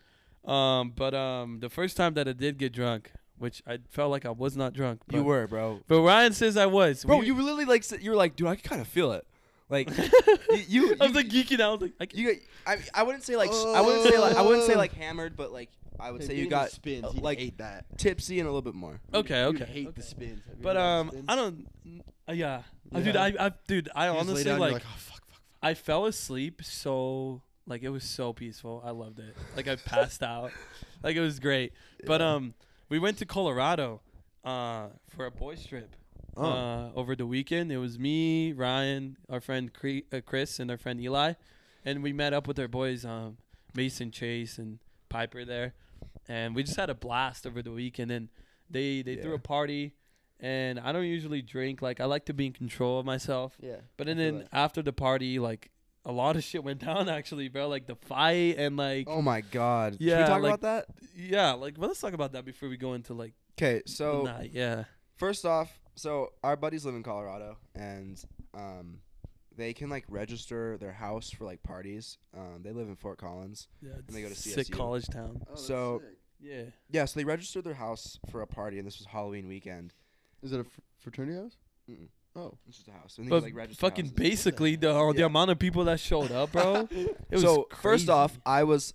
Speaker 2: Um, but um, the first time that I did get drunk, which I felt like I was not drunk, but,
Speaker 3: You were, bro.
Speaker 2: But Ryan says I was.
Speaker 3: Bro,
Speaker 2: We-
Speaker 3: you were literally like s- you were like, dude, I can kind of feel it. Like you, you,
Speaker 2: I was like geeking out. I was like, I can-
Speaker 3: you got. I, I wouldn't say like s- I wouldn't say like I wouldn't say like hammered, but like I would say you got
Speaker 4: spins.
Speaker 3: uh,
Speaker 4: He'd
Speaker 3: like
Speaker 4: hate that.
Speaker 3: tipsy and a little bit more.
Speaker 2: okay,
Speaker 4: You'd
Speaker 2: okay.
Speaker 4: hate
Speaker 2: okay.
Speaker 4: the spins. Have you
Speaker 2: But
Speaker 4: ever had
Speaker 2: um,
Speaker 4: spins?
Speaker 2: I don't. Uh, yeah. Uh, dude,
Speaker 1: Yeah.
Speaker 2: I, I, dude, I
Speaker 1: You just lay
Speaker 2: honestly
Speaker 1: down, you're
Speaker 2: like,
Speaker 1: like, oh, fuck, fuck,
Speaker 2: I fell asleep so like it was so peaceful. I loved it. Like I passed out. Like it was great. But um we went to Colorado uh for a boys trip.
Speaker 1: Oh.
Speaker 2: Uh over the weekend. It was me, Ryan, our friend Cre- uh, Chris and our friend Eli and we met up with our boys um Mason Chase and Piper there. And we just had a blast over the weekend and they they threw
Speaker 3: Yeah.
Speaker 2: a party and I don't usually drink like I like to be in control of myself.
Speaker 1: Yeah.
Speaker 2: But then,
Speaker 1: feel
Speaker 2: then
Speaker 1: that.
Speaker 2: after the party, like a lot of shit went down actually, bro. Like the fight and like
Speaker 3: Oh my god. Should
Speaker 2: Yeah,
Speaker 3: we talk
Speaker 2: like-
Speaker 3: about that?
Speaker 2: yeah, like well, let's talk about that before we go into like
Speaker 3: Okay,
Speaker 2: the
Speaker 3: so
Speaker 2: night. Yeah,
Speaker 3: First off, so our buddies live in Colorado, and um, they can like register their house for like parties. Um, they live in Fort Collins.
Speaker 2: yeah. It's
Speaker 3: they go to
Speaker 2: sick
Speaker 3: CSU.
Speaker 2: college town.
Speaker 1: Oh, that's
Speaker 3: So-
Speaker 1: sick.
Speaker 2: Yeah,
Speaker 3: Yeah, so they registered their house for a party, and this was Halloween weekend.
Speaker 1: is it a fr- fraternity house?
Speaker 3: Mm-mm.
Speaker 1: Oh.
Speaker 3: It's just a house. And they,
Speaker 2: but
Speaker 3: like, registered
Speaker 2: fucking
Speaker 3: houses.
Speaker 2: basically the oh, the
Speaker 3: Yeah.
Speaker 2: amount of people that showed up, bro. it was
Speaker 3: so first
Speaker 2: crazy.
Speaker 3: off, I was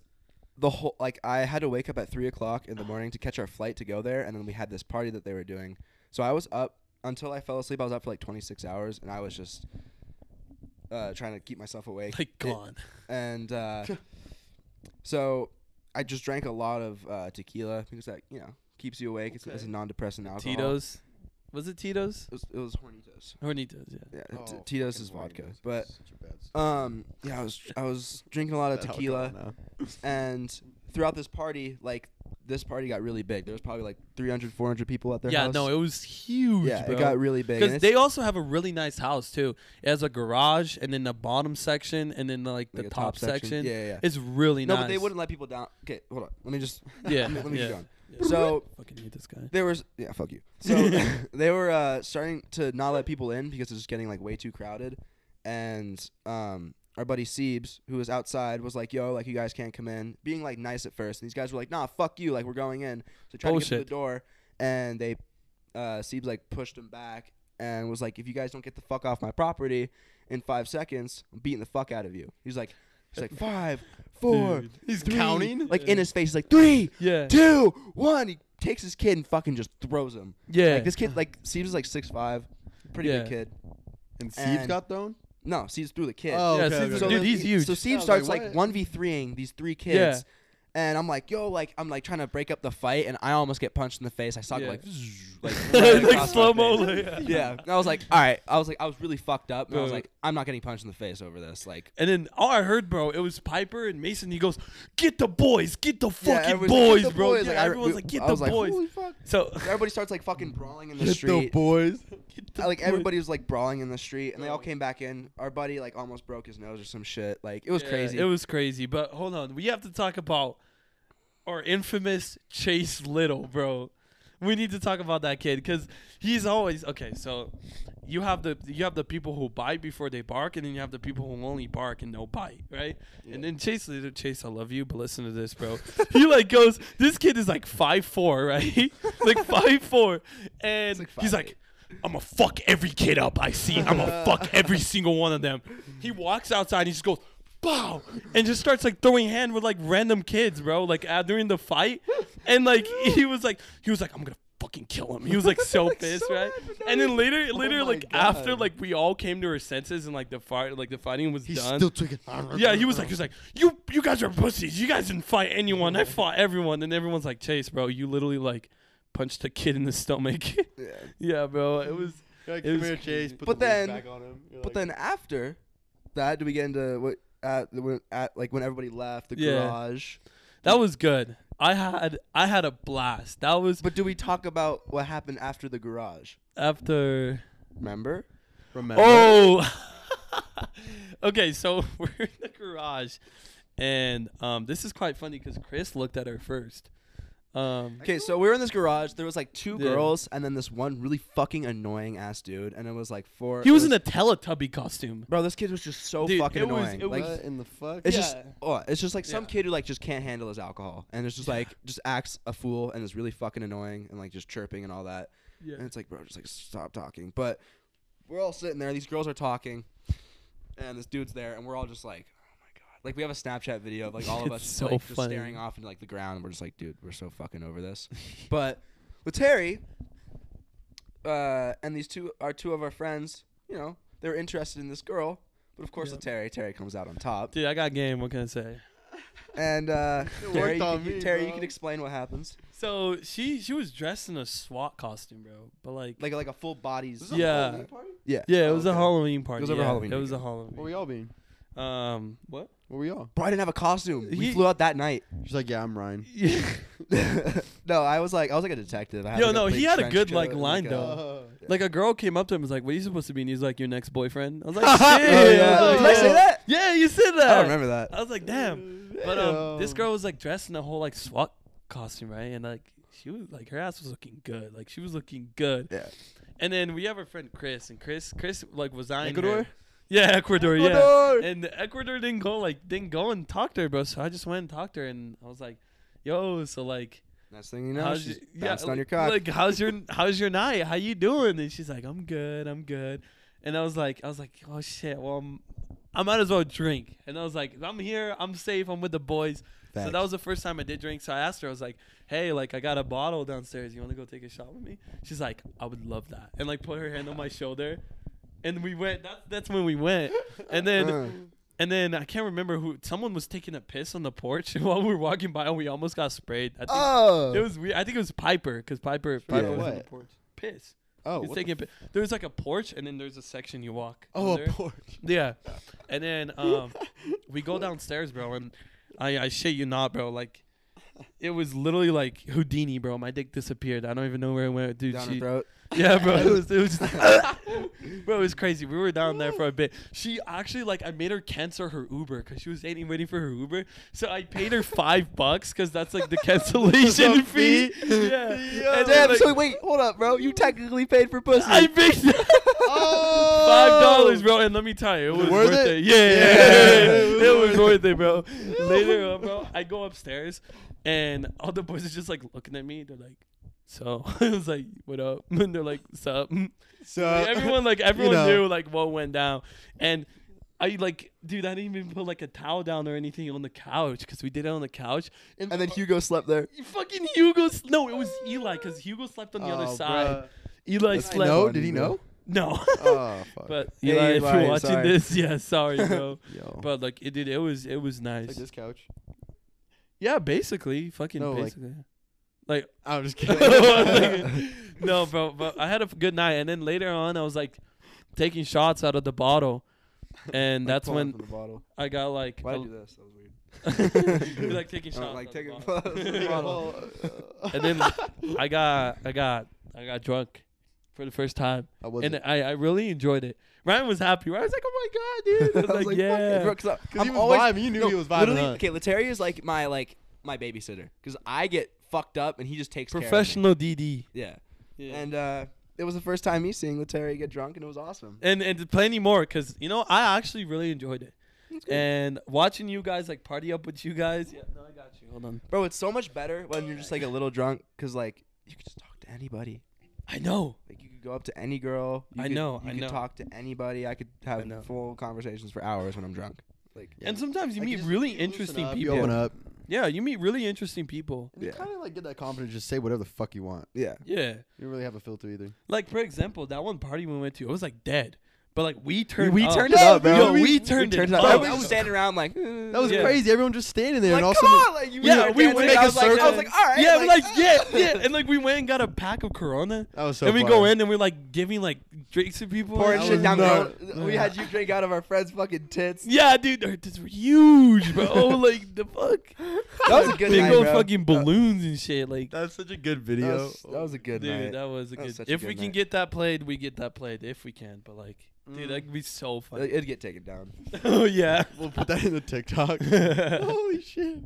Speaker 3: the whole like I had to wake up at three o'clock in the morning to catch our flight to go there, and then we had this party that they were doing. So I was up until I fell asleep. I was up for like twenty six hours, and I was just uh, trying to keep myself awake.
Speaker 2: like
Speaker 3: It-
Speaker 2: gone.
Speaker 3: and uh, so I just drank a lot of uh, tequila because that you know keeps you awake. It's, it's a non-depressant alcohol.
Speaker 2: Tito's, was it Tito's?
Speaker 3: It was, it was Hornitos.
Speaker 2: Hornitos, yeah.
Speaker 3: Yeah,
Speaker 1: Oh,
Speaker 3: t-
Speaker 1: fucking
Speaker 3: Tito's is vodka.
Speaker 1: Hornitos.
Speaker 3: But
Speaker 1: Such a bad s-
Speaker 3: um, yeah, I was I was drinking a lot of
Speaker 1: bad
Speaker 3: tequila,
Speaker 1: alcohol now.
Speaker 3: and throughout this party, like this party got really big. There was probably like 300, 400 people at their
Speaker 2: yeah,
Speaker 3: house.
Speaker 2: no, it was huge.
Speaker 3: yeah,
Speaker 2: bro.
Speaker 3: it got really big. and
Speaker 2: Because
Speaker 3: it's-
Speaker 2: they also have a really nice house too. It has a garage and then the bottom section and then like the
Speaker 3: Like a
Speaker 2: top,
Speaker 3: top
Speaker 2: section.
Speaker 3: section. Yeah, yeah, yeah.
Speaker 2: It's really
Speaker 3: no,
Speaker 2: nice.
Speaker 3: but they wouldn't let people down. Okay, hold on. Let me just
Speaker 2: Yeah,
Speaker 3: Let me, let me
Speaker 2: yeah.
Speaker 3: keep going.
Speaker 2: Yeah.
Speaker 3: So
Speaker 2: Fucking hate this guy.
Speaker 3: There was yeah, fuck you. So they were uh, starting to not let people in because it was getting like way too crowded, and um, our buddy Siebes, who was outside, was like, "Yo, like you guys can't come in," being like nice at first. And these guys were like, "Nah, fuck you, like we're going in." So trying to get through
Speaker 2: Bullshit.
Speaker 3: the door, and they uh, Siebes like pushed him back and was like, "If you guys don't get the fuck off my property in five seconds, I'm beating the fuck out of you." He's like, he's like five, four,
Speaker 2: Dude.
Speaker 1: He's
Speaker 3: three,"
Speaker 1: counting?
Speaker 3: like in his face, he's like three,
Speaker 2: Yeah.
Speaker 3: two, one. He takes his kid and fucking just throws him.
Speaker 2: Yeah.
Speaker 3: Like this kid, like seems like six five, pretty
Speaker 2: Yeah.
Speaker 3: big kid.
Speaker 1: And Steve's
Speaker 3: and-
Speaker 1: got thrown.
Speaker 3: No, seems through the kid.
Speaker 1: Oh,
Speaker 2: yeah,
Speaker 1: okay,
Speaker 2: since-
Speaker 1: okay,
Speaker 2: dude,
Speaker 1: okay.
Speaker 3: then
Speaker 2: he's
Speaker 3: he-
Speaker 2: huge.
Speaker 3: So Steve
Speaker 1: was
Speaker 3: starts
Speaker 1: like,
Speaker 3: like
Speaker 1: what?
Speaker 3: one v threeing these three kids.
Speaker 2: Yeah.
Speaker 3: And I'm like, yo, like I'm like trying to break up the fight, and I almost get punched in the face. I saw it,
Speaker 2: Yeah.
Speaker 3: like, like, right
Speaker 2: like
Speaker 3: across my
Speaker 2: slow mo.
Speaker 3: face. Yeah, and I was like, all right. I was like, I was really fucked up, and I was
Speaker 2: Yeah.
Speaker 3: like, I'm not getting punched in the face over this. Like,
Speaker 2: And then all I heard, bro, it was Piper and Mason. He goes, "Get the boys, get the fucking
Speaker 3: everyone's like,
Speaker 2: boys,
Speaker 3: "Get the
Speaker 2: bro."
Speaker 3: boys."
Speaker 2: Yeah,
Speaker 3: Like, I-
Speaker 2: everyone's
Speaker 3: we-
Speaker 2: like, "Get
Speaker 3: I
Speaker 2: the
Speaker 3: was like,
Speaker 2: boys."
Speaker 3: holy fuck.
Speaker 2: so
Speaker 3: everybody starts like fucking brawling in the
Speaker 1: Get the
Speaker 3: street.
Speaker 1: boys.
Speaker 2: get the
Speaker 3: Uh, like
Speaker 2: boys.
Speaker 3: everybody was like brawling in the street, and they all
Speaker 2: Bro.
Speaker 3: came back in. Our buddy like almost broke his nose or some shit. Like it was
Speaker 2: Yeah,
Speaker 3: crazy.
Speaker 2: It was crazy. But hold on, we have to talk about our infamous Chase Little, bro. We need to talk about that kid because he's always okay. So you have the you have the people who bite before they bark, and then you have the people who only bark and no bite, right? And then Chase Little, Chase, I love you, but listen to this, bro. he like goes. This kid is like five four, right? like five four, and he's like. I'm gonna fuck every kid up I see. I'm gonna fuck every single one of them. He walks outside. And he just goes, bow, and just starts like throwing hand with like random kids, bro. Like uh, during the fight, and like he was like, he was like, I'm gonna fucking kill him. He was like so pissed,
Speaker 3: so
Speaker 2: right?
Speaker 3: mad, but now
Speaker 2: And
Speaker 3: he- Oh
Speaker 2: then later, later,
Speaker 3: my
Speaker 2: like after, like we all came to our senses, and like the fight, like the fighting was
Speaker 1: He's
Speaker 2: done.
Speaker 1: still took it.
Speaker 2: yeah, he was like, he was like, you, you guys are pussies. You guys didn't fight anyone. I fought everyone, and everyone's like, Chase, bro, you literally like punched a kid in the stomach. yeah, bro, it was.
Speaker 1: Like,
Speaker 2: It
Speaker 1: come
Speaker 2: was
Speaker 1: here, Chase. Put
Speaker 3: But
Speaker 1: the
Speaker 3: then-
Speaker 1: leash back on him. You're like,
Speaker 3: But then after that, do we get into what at the- when at like when everybody left the
Speaker 2: Yeah.
Speaker 3: garage?
Speaker 2: That was good. I had I had a blast. That was
Speaker 3: But do we talk about what happened after the garage?
Speaker 2: after.
Speaker 3: Remember?
Speaker 1: remember.
Speaker 2: Oh. okay, so we're in the garage, and um, this is quite funny because Chris looked at her first. Um,
Speaker 3: Okay, so we were in this garage. There was like two
Speaker 2: Yeah.
Speaker 3: girls and then this one really fucking annoying ass dude, and it was like four.
Speaker 2: he was
Speaker 3: it
Speaker 2: in a Teletubby costume.
Speaker 3: bro. This kid was just so
Speaker 2: Dude,
Speaker 3: fucking
Speaker 2: it was-
Speaker 3: annoying.
Speaker 2: it
Speaker 3: like,
Speaker 2: was-
Speaker 1: what in the fuck?
Speaker 3: it's
Speaker 2: yeah.
Speaker 3: just oh, it's just like some
Speaker 2: Yeah.
Speaker 3: kid who like just can't handle his alcohol and it's just like just acts a fool and is really fucking annoying and like just chirping and all that.
Speaker 2: Yeah.
Speaker 3: And it's like, bro, just like stop talking. But we're all sitting there. These girls are talking, and this dude's there, and we're all just like, oh my god. Like we have a Snapchat video of like all of
Speaker 2: It's
Speaker 3: us
Speaker 2: so
Speaker 3: like, just
Speaker 2: funny.
Speaker 3: staring off into like the ground. And we're just like, dude, we're so fucking over this. but with Terry, uh, and these two are two of our friends. You know, they were interested in this girl, but of course,
Speaker 2: Yeah.
Speaker 3: with Terry, Terry comes out on top.
Speaker 2: Dude, I got game. What can I say?
Speaker 3: And uh,
Speaker 1: It
Speaker 3: Terry,
Speaker 1: worked
Speaker 3: you,
Speaker 1: on
Speaker 3: can-
Speaker 1: me,
Speaker 3: Terry, you
Speaker 1: bro.
Speaker 3: can explain what happens.
Speaker 2: So she she was dressed in a SWAT costume, bro. But like,
Speaker 3: Like like a full bodies.
Speaker 2: This is a Yeah. Halloween
Speaker 3: Yeah.
Speaker 2: yeah, it
Speaker 3: Oh,
Speaker 2: was a
Speaker 3: okay.
Speaker 2: Halloween party.
Speaker 3: It was over
Speaker 2: yeah,
Speaker 3: Halloween
Speaker 2: It was a
Speaker 3: weekend.
Speaker 1: Where
Speaker 2: Halloween.
Speaker 1: we all being?
Speaker 2: Um, what?
Speaker 1: Where we all?
Speaker 3: Bro, I didn't have a costume. We
Speaker 2: He-
Speaker 3: flew out that night.
Speaker 1: She's like, yeah, I'm Ryan.
Speaker 3: no, I was like, I was like a detective. I had
Speaker 2: Yo,
Speaker 3: like
Speaker 2: no, he
Speaker 3: big
Speaker 2: had a
Speaker 3: trench
Speaker 2: good,
Speaker 3: coat uh,
Speaker 2: like,
Speaker 3: and,
Speaker 2: line,
Speaker 3: a- Oh,
Speaker 2: though.
Speaker 1: Yeah.
Speaker 2: Like a girl came up to him and was like, "What are you supposed to be?" And he's like, "Your next boyfriend." I was like, "Shit!"
Speaker 3: Oh, yeah.
Speaker 2: I was like,
Speaker 3: Did I say
Speaker 2: "Yeah."
Speaker 3: that?
Speaker 2: Yeah, you said that.
Speaker 3: I don't remember that.
Speaker 2: I was like, "Damn!" But um, this
Speaker 1: Damn.
Speaker 2: girl was like dressed in a whole like SWAT costume, right? And like she was like her ass was looking good. Like she was looking good.
Speaker 3: Yeah.
Speaker 2: And then we have our friend Chris, and Chris, Chris like was eyeing
Speaker 3: Ecuador?
Speaker 2: her. Yeah,
Speaker 3: Oh,
Speaker 2: Ecuador. Yeah.
Speaker 1: Ecuador!
Speaker 2: And Ecuador didn't go like didn't go and talk to her, bro. So I just went and talked to her, and I was like, "Yo, so like."
Speaker 3: Next thing you know,
Speaker 2: how's
Speaker 3: she's
Speaker 2: y- yeah,
Speaker 3: bounced on
Speaker 2: like-
Speaker 3: your cock.
Speaker 2: Like, how's your how's your night? How you doing? And she's like, I'm good, I'm good. And I was like, I was like, oh shit. Well, I'm, I might as well drink. And I was like, I'm here, I'm safe, I'm with the boys. So that
Speaker 1: Facts.
Speaker 2: was the first time I did drink. So I asked her, I was like, hey, like I got a bottle downstairs. You want to go take a shot with me? She's like, I would love that. And like put her hand on my shoulder. And we went. That, that's when we went. And then
Speaker 3: Mm.
Speaker 2: and then I can't remember who. Someone was taking a piss on the porch and while we were walking by. We almost got sprayed. I think
Speaker 3: oh,
Speaker 2: it was weird. I think it was Piper because Piper Piper was on the
Speaker 1: what?
Speaker 2: porch. Piss.
Speaker 1: Oh,
Speaker 2: He's
Speaker 1: what the
Speaker 2: taking pi- there was like a porch, and then there's a section you walk.
Speaker 1: Oh,
Speaker 2: under.
Speaker 1: a porch.
Speaker 2: yeah. And then um, we go downstairs, bro, and I I shit you not, bro. Like it was literally like Houdini, bro. My dick disappeared. I don't even know where it went, dude.
Speaker 3: down her
Speaker 2: she-
Speaker 3: throat.
Speaker 2: yeah, bro. It was, it was just bro, it was crazy. We were down there for a bit. She actually like I made her cancel her Uber because she was waiting waiting for her Uber. So I paid her five bucks because that's like the cancellation fee. Yeah. And then,
Speaker 3: Damn.
Speaker 2: Oh, like,
Speaker 3: so wait, hold up, bro. You technically paid for pussy.
Speaker 2: I paid
Speaker 1: Oh.
Speaker 2: five dollars, bro. And let me tell you, it was worth,
Speaker 1: Worth
Speaker 2: it.
Speaker 1: it?
Speaker 2: Yeah,
Speaker 1: Yeah.
Speaker 2: it was worth it, bro. Later on, bro, I go upstairs, and all the boys are just like looking at me. They're like. So I was like, "What up?" And they're like, "Sup?"
Speaker 1: So
Speaker 2: Like, everyone like everyone
Speaker 1: know.
Speaker 2: knew like what went down and i like dude i didn't even put like a towel down or anything on the couch because we did it on the couch and,
Speaker 3: and then Hugo slept there.
Speaker 2: fucking hugo s- no it was eli because hugo slept on the other
Speaker 1: Oh,
Speaker 2: side
Speaker 1: bruh.
Speaker 2: eli
Speaker 1: Did he
Speaker 2: slept
Speaker 1: know? Did he know?
Speaker 2: no
Speaker 1: Oh, fuck.
Speaker 2: but
Speaker 3: Hey,
Speaker 2: eli if
Speaker 3: Eli,
Speaker 2: you're watching
Speaker 3: sorry.
Speaker 2: this yeah sorry bro
Speaker 1: Yo.
Speaker 2: but like it did it was it was nice
Speaker 1: like this couch.
Speaker 2: yeah basically fucking
Speaker 1: No, like-
Speaker 2: basically like
Speaker 1: I'm just
Speaker 2: no, bro, but I had a f- good night, and then later on, I was like taking shots out of the bottle, and that's when I got like,
Speaker 3: Why
Speaker 2: a-
Speaker 3: did I do this? That was weird.
Speaker 2: You're, like taking
Speaker 3: Oh,
Speaker 2: shots,
Speaker 3: like
Speaker 2: out
Speaker 3: taking
Speaker 2: of the bottle.
Speaker 3: shots out of the bottle.
Speaker 2: and then I got, I got, I got drunk for the first time,
Speaker 1: I was
Speaker 2: and I, I really enjoyed it. Ryan was happy. Ryan was like, "Oh my god, dude!" I was, like,
Speaker 3: fuck it,
Speaker 2: "Yeah."
Speaker 3: bro, 'cause I-
Speaker 1: Because
Speaker 3: I'm
Speaker 1: he was
Speaker 3: always-
Speaker 1: vibing. You knew
Speaker 3: No,
Speaker 1: he was vibing.
Speaker 3: literally,
Speaker 1: huh?
Speaker 3: okay, Letary is like my like my babysitter because I get fucked up and he just takes care of me.
Speaker 2: Professional DD.
Speaker 3: Yeah.
Speaker 2: Yeah.
Speaker 3: And uh, it was the first time me seeing Letary get drunk, and it was awesome.
Speaker 2: and and plenty more because you know I actually really enjoyed it. And watching you guys like party up with you guys. Yeah, no, I got you. Hold on.
Speaker 3: Bro, it's so much better when you're just like a little drunk, cause like you can just talk to anybody.
Speaker 2: I know.
Speaker 3: Like you could go up to any girl. You
Speaker 2: I
Speaker 3: could,
Speaker 2: know,
Speaker 3: You
Speaker 2: I
Speaker 3: could
Speaker 2: know.
Speaker 3: talk to anybody. I could
Speaker 2: I know.
Speaker 3: have full conversations for hours when I'm drunk. Like
Speaker 1: Yeah.
Speaker 2: And sometimes you
Speaker 1: Like,
Speaker 2: meet
Speaker 1: just-
Speaker 2: really
Speaker 1: you loosen
Speaker 2: interesting
Speaker 1: up, You
Speaker 2: people.
Speaker 1: open up.
Speaker 2: Yeah, you meet really interesting people.
Speaker 1: And you
Speaker 3: Yeah.
Speaker 1: kind of like get that confidence. Just say whatever the fuck you want.
Speaker 3: yeah,
Speaker 2: Yeah.
Speaker 1: You don't really have a filter either.
Speaker 2: Like for example, that one party we went to, it was like dead. But like we turned
Speaker 3: we
Speaker 2: up.
Speaker 3: turned it up, bro.
Speaker 2: Yo, we,
Speaker 3: We- we
Speaker 2: turned,
Speaker 3: turns
Speaker 2: it
Speaker 3: out
Speaker 2: up.
Speaker 3: everybody's just standing around like "Uh."
Speaker 1: That was
Speaker 2: Yeah.
Speaker 1: crazy. Everyone just standing there,
Speaker 3: Like,
Speaker 1: and
Speaker 3: come
Speaker 1: also
Speaker 3: on, like you
Speaker 2: Yeah,
Speaker 3: were
Speaker 2: we
Speaker 3: dancing,
Speaker 2: would
Speaker 3: and
Speaker 2: make
Speaker 3: I
Speaker 2: a
Speaker 3: was like, I was
Speaker 2: circle.
Speaker 3: like, all right,
Speaker 2: yeah, we're like,
Speaker 3: ah.
Speaker 2: yeah, yeah. And like we went and got a pack of Corona.
Speaker 1: that was so.
Speaker 2: and we
Speaker 1: fun.
Speaker 2: go in and we're like giving like drinks to people.
Speaker 3: pouring
Speaker 1: That
Speaker 3: shit
Speaker 1: was
Speaker 3: down.
Speaker 1: nuts.
Speaker 3: girl- We had you drink out of our friend's fucking tits.
Speaker 2: Yeah, dude, our tits were huge, bro. like the fuck.
Speaker 3: That was a good
Speaker 2: Big
Speaker 3: night,
Speaker 2: old
Speaker 3: bro.
Speaker 2: fucking balloons and shit. Like
Speaker 4: That's such a good
Speaker 3: That
Speaker 4: video.
Speaker 3: was, that was a good
Speaker 2: dude,
Speaker 3: night.
Speaker 2: that was a
Speaker 3: That
Speaker 2: good.
Speaker 3: was such a
Speaker 2: if
Speaker 3: good
Speaker 2: we can
Speaker 3: night.
Speaker 2: get that played, we get that played. If we can, but like, dude,
Speaker 3: Mm.
Speaker 2: that could be so
Speaker 3: Like,
Speaker 2: funny.
Speaker 3: It'd get taken down.
Speaker 2: oh yeah.
Speaker 1: We'll put that in the TikTok. Holy shit.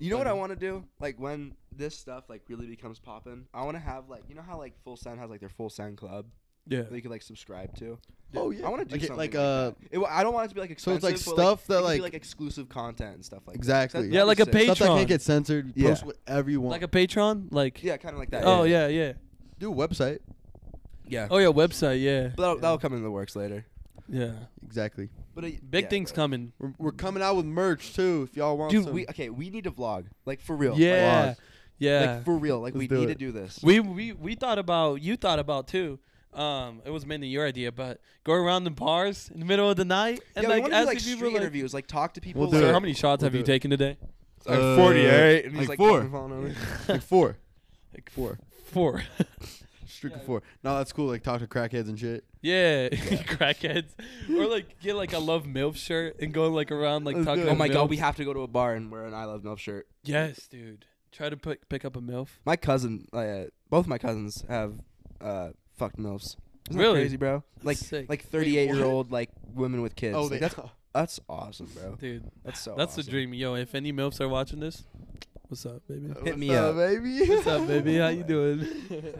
Speaker 3: You know what I want to do? Like when this stuff like really becomes poppin', I want to have like you know how like Full Send has like their Full Send Club
Speaker 2: Yeah.
Speaker 3: that you could like subscribe to.
Speaker 1: Oh yeah.
Speaker 3: I want to do
Speaker 1: like, it-
Speaker 3: something
Speaker 1: like
Speaker 3: like
Speaker 1: uh
Speaker 3: It, wa- I don't want it to be like
Speaker 1: So
Speaker 3: expensive.
Speaker 1: it's, like,
Speaker 3: but,
Speaker 1: stuff
Speaker 3: it
Speaker 1: that,
Speaker 3: could be,
Speaker 1: like-
Speaker 3: like exclusive content and stuff like
Speaker 1: exactly.
Speaker 3: that.
Speaker 2: Yeah, like a
Speaker 3: page.
Speaker 1: stuff that
Speaker 2: Patreon.
Speaker 1: can't get censored.
Speaker 3: Yeah.
Speaker 1: Post whatever you want.
Speaker 2: Like a Patreon, like.
Speaker 3: Yeah, kind of like that.
Speaker 2: Oh yeah, yeah.
Speaker 1: do a website.
Speaker 3: yeah.
Speaker 2: Oh yeah, website. Yeah,
Speaker 3: But that'll, that'll come in the works later.
Speaker 2: yeah.
Speaker 1: Exactly.
Speaker 3: But it,
Speaker 2: Big
Speaker 3: yeah,
Speaker 2: things
Speaker 3: bro.
Speaker 2: coming,
Speaker 1: We're, we're coming out with merch too. If y'all want,
Speaker 3: Dude,
Speaker 1: some.
Speaker 3: we okay. We need to vlog, like for real.
Speaker 2: Yeah,
Speaker 3: like,
Speaker 2: yeah.
Speaker 3: like for real. Like
Speaker 1: Let's
Speaker 3: we
Speaker 1: do
Speaker 3: need
Speaker 1: it.
Speaker 3: to do this.
Speaker 2: we we we thought about you thought about too. Um, it was mainly your idea, but go around the bars in the middle of the night and
Speaker 3: yeah, we
Speaker 2: like
Speaker 3: want to do
Speaker 2: asking
Speaker 3: like
Speaker 2: people
Speaker 3: street
Speaker 2: like,
Speaker 3: interviews, like talk to people.
Speaker 1: We'll do
Speaker 2: so
Speaker 3: like,
Speaker 1: it.
Speaker 2: how many shots
Speaker 1: We'll
Speaker 2: have
Speaker 1: do
Speaker 2: you
Speaker 1: it.
Speaker 2: taken today?
Speaker 3: Like
Speaker 4: Uh,
Speaker 3: 48, and
Speaker 4: like
Speaker 3: he's like,
Speaker 4: four.
Speaker 3: fucking falling over.
Speaker 1: like four,
Speaker 2: Like
Speaker 1: four,
Speaker 2: four.
Speaker 1: streak of four. No, that's cool. Like talk to crackheads and shit.
Speaker 2: yeah, crackheads, or like get like a love milf shirt and go like around like
Speaker 1: Let's do
Speaker 2: talking.
Speaker 1: it.
Speaker 3: Oh my god,
Speaker 2: MILFs.
Speaker 3: we have to go to a bar and wear an I Love Milf shirt.
Speaker 2: yes, dude. Try to pick pick up a milf.
Speaker 3: My cousin, uh, both my cousins have uh, fucked milfs. Isn't
Speaker 2: Really?
Speaker 3: that crazy, bro? Like
Speaker 2: sick.
Speaker 3: like
Speaker 1: Wait,
Speaker 3: 38 year
Speaker 1: what?
Speaker 3: old like women with kids.
Speaker 1: Oh,
Speaker 3: Like,
Speaker 1: they,
Speaker 3: that's that's awesome, bro.
Speaker 2: Dude,
Speaker 3: That's so.
Speaker 2: that's the
Speaker 3: awesome.
Speaker 2: dream. Yo, if any MILFs are watching this, what's up, baby?
Speaker 1: What's
Speaker 3: me up.
Speaker 1: baby.
Speaker 2: What's up, baby? How you doing?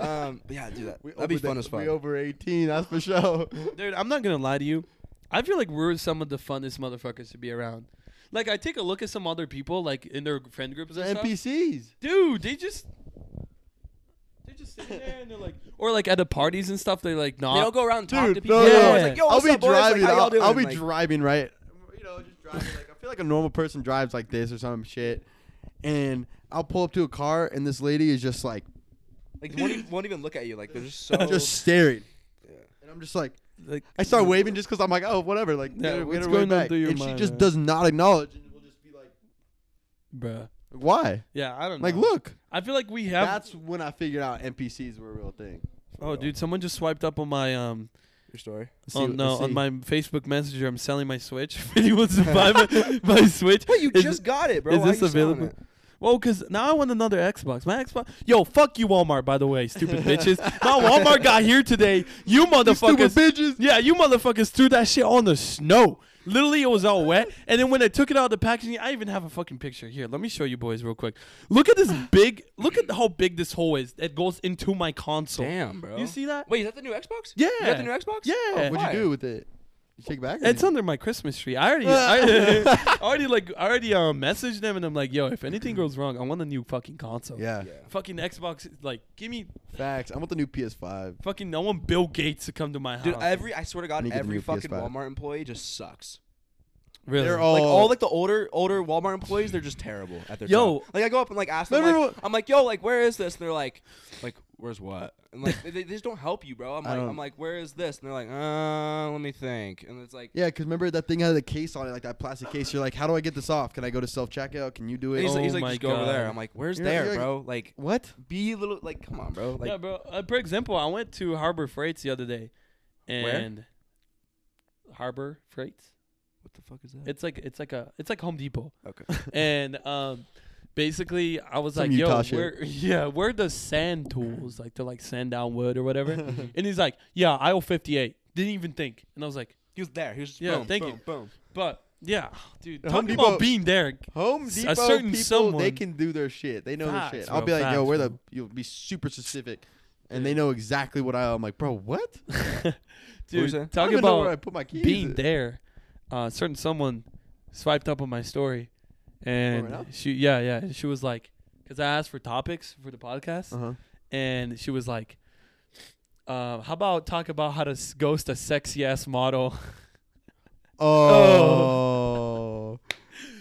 Speaker 3: Um, but yeah, do that.
Speaker 1: We
Speaker 3: That'd
Speaker 1: over
Speaker 3: be
Speaker 1: the-
Speaker 3: fun as fuck.
Speaker 1: We over eighteen. That's for sure.
Speaker 2: Dude, I'm not gonna lie to you. I feel like we're some of the funnest motherfuckers to be around. Like I take a look at some other people, like in their friend groups and
Speaker 1: They're
Speaker 2: stuff.
Speaker 1: NPCs.
Speaker 2: Dude, they just they just sitting there and they're like, or like at the parties and stuff, they like
Speaker 3: They don't
Speaker 2: not.
Speaker 3: go around and talk
Speaker 1: Dude,
Speaker 3: to people.
Speaker 1: no,
Speaker 2: no,
Speaker 3: Yeah.
Speaker 2: no.
Speaker 3: It's like, yo,
Speaker 1: I'll
Speaker 3: what's
Speaker 1: be
Speaker 3: up, boys? Like,
Speaker 1: driving.
Speaker 3: how y'all
Speaker 1: I'll,
Speaker 3: doing?
Speaker 1: I'll be
Speaker 3: Like,
Speaker 1: driving. Right. You know, just driving. Like I feel like a normal person drives like this or some shit, and I'll pull up to a car and this lady is just like
Speaker 3: like won't, even, won't even look at you. Like they're just so.
Speaker 1: just staring,
Speaker 3: Oh. Yeah.
Speaker 1: and I'm just like.
Speaker 2: Like,
Speaker 1: I start waving just because I'm like, oh, whatever. Like,
Speaker 2: Yeah,
Speaker 1: get her- get
Speaker 2: what's
Speaker 1: her
Speaker 2: going
Speaker 1: way
Speaker 2: on
Speaker 1: back.
Speaker 2: through your
Speaker 1: and
Speaker 2: mind,
Speaker 1: she just
Speaker 2: right?
Speaker 1: does not acknowledge, and we'll just be like,
Speaker 2: bruh.
Speaker 1: why?
Speaker 2: Yeah, I don't.
Speaker 1: Like,
Speaker 2: know.
Speaker 1: look.
Speaker 2: I feel like we have.
Speaker 1: That's when I figured out NPCs were a real thing.
Speaker 2: oh, dude, someone just swiped up on my um.
Speaker 3: Your story.
Speaker 1: See-
Speaker 2: Oh no,
Speaker 1: see.
Speaker 2: on my Facebook Messenger, I'm selling my Switch. If anyone wants to buy my, my Switch,
Speaker 3: Wait, you
Speaker 2: is-
Speaker 3: just got it, bro.
Speaker 2: is
Speaker 3: Why are
Speaker 2: this
Speaker 3: you selling
Speaker 2: available?
Speaker 3: it?
Speaker 2: Well, because now I want another Xbox. My Xbox. Yo, fuck you, Walmart, by the way, stupid bitches. Now Walmart got here today. You
Speaker 1: Stupid
Speaker 2: motherfuckers.
Speaker 1: bitches.
Speaker 2: yeah, you motherfuckers threw that shit on the snow. Literally, it was all wet. And then when I took it out of the packaging, I even have a fucking picture. Here, let me show you boys real quick. Look at this big. Look at how big this hole is that goes into my console.
Speaker 3: Damn, bro.
Speaker 2: You see that?
Speaker 3: Wait, is that the new Xbox?
Speaker 2: Yeah.
Speaker 3: Is that the new Xbox?
Speaker 2: Yeah.
Speaker 3: Oh,
Speaker 1: What'd
Speaker 3: fire.
Speaker 1: you do with it? You take it back? or
Speaker 2: It's
Speaker 1: you-
Speaker 2: under my Christmas tree. I already, I, I already like, I already um, messaged them, and I'm like, yo, if anything goes wrong, I want a new fucking console.
Speaker 1: Yeah.
Speaker 3: Yeah.
Speaker 2: Fucking Xbox, like, give me
Speaker 1: Facts. I want the new PS5.
Speaker 2: Fucking, I want Bill Gates to come to my house.
Speaker 3: Dude, every I swear to
Speaker 1: And
Speaker 3: God,
Speaker 1: you get the
Speaker 3: every
Speaker 1: new
Speaker 3: fucking
Speaker 1: PS5.
Speaker 3: Walmart employee just sucks.
Speaker 2: really?
Speaker 1: They're all.
Speaker 3: Like all like the older older Walmart employees, they're just terrible at their
Speaker 2: Yo.
Speaker 3: job. Like I go up and like ask
Speaker 1: No,
Speaker 3: them,
Speaker 1: no,
Speaker 3: like, I'm like, yo, like where is this? And they're like, like where's what? And like they, they just don't help you, bro. I'm
Speaker 1: I
Speaker 3: like
Speaker 1: don't-
Speaker 3: I'm like where is this? And they're like, uh, let me think. And it's like,
Speaker 1: yeah, because remember that thing had a case on it, like that plastic case. You're like, how do I get this off? Can I go to self checkout? Can you do
Speaker 3: and
Speaker 1: it?
Speaker 3: he's,
Speaker 2: Oh
Speaker 3: like, he's like
Speaker 2: my
Speaker 3: just go over there.
Speaker 2: God.
Speaker 3: I'm like, where's
Speaker 1: You're-
Speaker 3: there,
Speaker 1: you're-
Speaker 3: bro? Like
Speaker 1: what?
Speaker 3: be a little, like come on, bro. Like
Speaker 2: yeah, bro. Uh, for example, I went to Harbor Freights the other day,
Speaker 3: Where?
Speaker 2: and Harbor Freights.
Speaker 3: what the fuck is that?
Speaker 2: It's like it's like a it's like Home Depot,
Speaker 3: okay.
Speaker 2: and um, basically I was
Speaker 1: Some
Speaker 2: like,
Speaker 1: Utah
Speaker 2: yo,
Speaker 1: shit.
Speaker 2: where yeah, where the sand tools like they're like sand down wood or whatever, and he's like, yeah, aisle fifty eight. Didn't even think, and I was like,
Speaker 3: He was there. He was just
Speaker 2: Yeah,
Speaker 3: boom,
Speaker 2: thank
Speaker 3: boom,
Speaker 2: you.
Speaker 3: boom.
Speaker 2: but yeah, dude,
Speaker 1: Home
Speaker 2: talking
Speaker 1: Depot-
Speaker 2: about being there.
Speaker 1: Home
Speaker 2: S-
Speaker 1: Depot
Speaker 2: a certain
Speaker 1: people, they
Speaker 2: someone.
Speaker 1: can do their shit. They know
Speaker 2: Facts,
Speaker 1: their shit. I'll
Speaker 2: bro,
Speaker 1: be like, yo,
Speaker 2: facts,
Speaker 1: where the
Speaker 2: bro.
Speaker 1: you'll be super specific, and they know exactly what I. I'm like, bro, what?
Speaker 3: you
Speaker 2: dude,
Speaker 3: saying?
Speaker 2: talking
Speaker 1: I don't even know
Speaker 2: about
Speaker 1: where I put my keys.
Speaker 2: being there, uh, certain someone swiped up on my story, and
Speaker 1: Oh, now?
Speaker 2: she, yeah, yeah, and she was like, because I asked for topics for the podcast,
Speaker 1: Uh huh.
Speaker 2: and she was like, uh, "How about talk Oh. about how to s- ghost a sexy ass model?"
Speaker 1: Oh.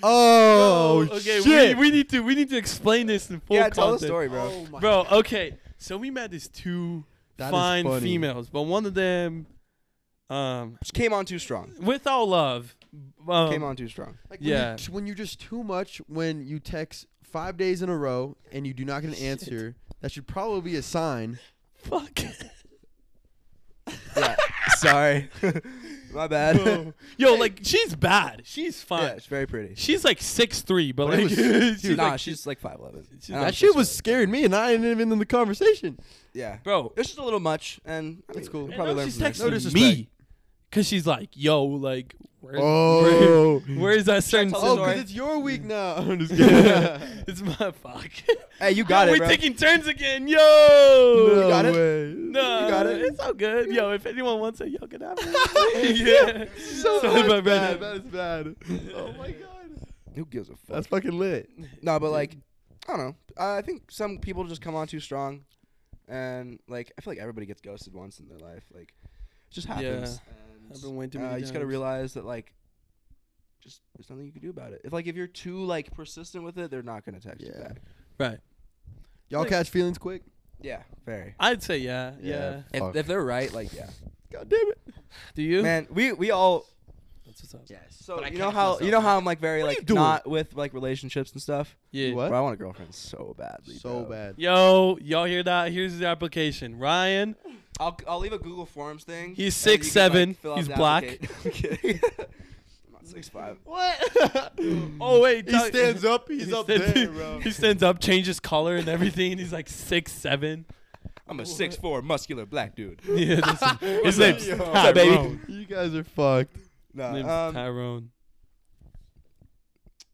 Speaker 1: Oh,
Speaker 2: okay,
Speaker 1: shit.
Speaker 2: We, we need to we need to explain this in full
Speaker 3: yeah, tell
Speaker 2: context.
Speaker 3: the story, bro.
Speaker 2: bro. Okay, so we met these two
Speaker 1: That is
Speaker 2: fine
Speaker 1: funny.
Speaker 2: females, but one of them, um,
Speaker 3: Just came on too strong.
Speaker 2: with all love, um,
Speaker 3: came on too strong.
Speaker 1: Like when you-
Speaker 2: Yeah.
Speaker 1: when you're just too much, when you text five days in a row and you do not get an answer, that should probably be a sign.
Speaker 2: Fuck.
Speaker 3: Yeah. Sorry. My bad.
Speaker 2: Bro. Yo, like she's bad. She's
Speaker 3: yeah,
Speaker 2: fine.
Speaker 3: it's very pretty.
Speaker 2: She's like six three, but
Speaker 1: But it
Speaker 2: like
Speaker 1: was-
Speaker 2: she's
Speaker 3: nah,
Speaker 2: like-
Speaker 3: she's like five eleven.
Speaker 2: she's
Speaker 1: that shit was scaring me, and I ain't even in the conversation.
Speaker 3: yeah.
Speaker 2: bro.
Speaker 3: It's just a little much, and I mean,
Speaker 1: That's cool.
Speaker 3: we'll
Speaker 1: And
Speaker 3: Probably
Speaker 2: and now
Speaker 3: learn
Speaker 2: she's
Speaker 3: from that.
Speaker 2: texting
Speaker 1: No disrespect.
Speaker 2: me because she's like, yo, like, where,
Speaker 1: Oh.
Speaker 2: where- where is that certain?
Speaker 3: tell the
Speaker 1: Oh,
Speaker 2: story?
Speaker 1: because it's your week now. I'm just kidding.
Speaker 2: it's my fuck.
Speaker 3: Hey, you got
Speaker 2: Yo,
Speaker 3: it,
Speaker 2: We're
Speaker 3: bro.
Speaker 2: taking turns again, yo.
Speaker 3: You got it?
Speaker 1: way.
Speaker 2: No,
Speaker 3: You got it?
Speaker 2: It's all good. Yo, if anyone wants it, yo, can have it. yeah.
Speaker 1: So
Speaker 2: Sorry,
Speaker 1: that's
Speaker 2: my
Speaker 1: bad.
Speaker 2: bad.
Speaker 1: That is bad. Oh my god.
Speaker 3: Who gives a fuck?
Speaker 1: That's fucking lit.
Speaker 3: No, but like, I don't know. I I think some people just come on too strong, and like, I feel like everybody gets ghosted once in their life. Like, it just happens.
Speaker 2: I've
Speaker 3: And,
Speaker 2: been way too
Speaker 3: uh,
Speaker 2: many
Speaker 3: you just gotta
Speaker 2: times.
Speaker 3: realize that like, just there's nothing you can do about it. If like if you're too like persistent with it, they're not gonna text you
Speaker 1: Yeah.
Speaker 3: back.
Speaker 2: Right.
Speaker 1: Y'all
Speaker 2: Like-
Speaker 1: catch feelings quick?
Speaker 3: Yeah, very.
Speaker 2: I'd say yeah. Yeah.
Speaker 1: Yeah.
Speaker 3: If,
Speaker 1: Fuck.
Speaker 3: if they're right, like yeah.
Speaker 1: God damn it.
Speaker 2: Do you?
Speaker 3: Man, we we all
Speaker 2: That's what's up. Yeah.
Speaker 4: Yes.
Speaker 3: so you know how you know how I'm like very
Speaker 1: What are you
Speaker 3: like
Speaker 1: doing?
Speaker 3: not with like relationships and stuff.
Speaker 1: What?
Speaker 3: Bro, I want a girlfriend so badly.
Speaker 1: So
Speaker 3: bro.
Speaker 1: bad.
Speaker 2: Yo, y'all hear that? Here's the application. Ryan,
Speaker 3: I'll, I'll leave a Google Forms thing.
Speaker 2: He's
Speaker 3: and you can,
Speaker 2: 6'7",,
Speaker 3: fill out
Speaker 2: he's
Speaker 3: the
Speaker 2: black.
Speaker 3: applica- I'm kidding. I'm not six five.
Speaker 1: What?
Speaker 2: Oh
Speaker 1: Mm.
Speaker 2: wait,
Speaker 1: he
Speaker 2: tell-
Speaker 1: stands up. He's
Speaker 2: he
Speaker 1: up
Speaker 2: stands-
Speaker 1: there, bro.
Speaker 2: He stands up, changes color and everything. He's like six seven.
Speaker 3: I'm a six four muscular black dude.
Speaker 2: Yeah, this is, his
Speaker 1: What's
Speaker 2: name's
Speaker 1: up, yo?
Speaker 2: Tyrone.
Speaker 3: What's up, baby?
Speaker 1: You guys are fucked.
Speaker 3: Nah,
Speaker 2: Name's
Speaker 3: um,
Speaker 2: Tyrone.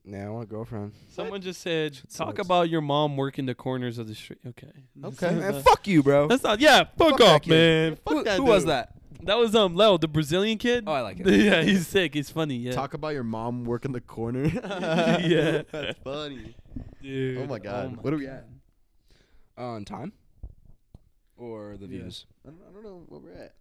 Speaker 3: nah, I want a girlfriend.
Speaker 2: Someone just said, talk
Speaker 3: sucks.
Speaker 2: about your mom working the corners of the street. Okay.
Speaker 1: Okay.
Speaker 2: That's
Speaker 3: Man,
Speaker 2: not-
Speaker 3: fuck you, bro.
Speaker 2: That's not. Yeah. Fuck,
Speaker 3: Fuck that
Speaker 2: off,
Speaker 3: kid.
Speaker 2: man.
Speaker 1: fuck
Speaker 3: who
Speaker 1: that
Speaker 3: who was
Speaker 1: dude.
Speaker 3: that?
Speaker 2: That was um Leo, the Brazilian kid.
Speaker 3: Oh, I like it.
Speaker 2: yeah, he's sick. He's funny. Yeah.
Speaker 1: Talk about your mom working the corner.
Speaker 2: Yeah.
Speaker 1: That's funny.
Speaker 2: Dude.
Speaker 1: Oh my god. what are we at?
Speaker 3: On time. Or the
Speaker 2: Yeah.
Speaker 3: views.
Speaker 1: I don't, I don't know what we're at.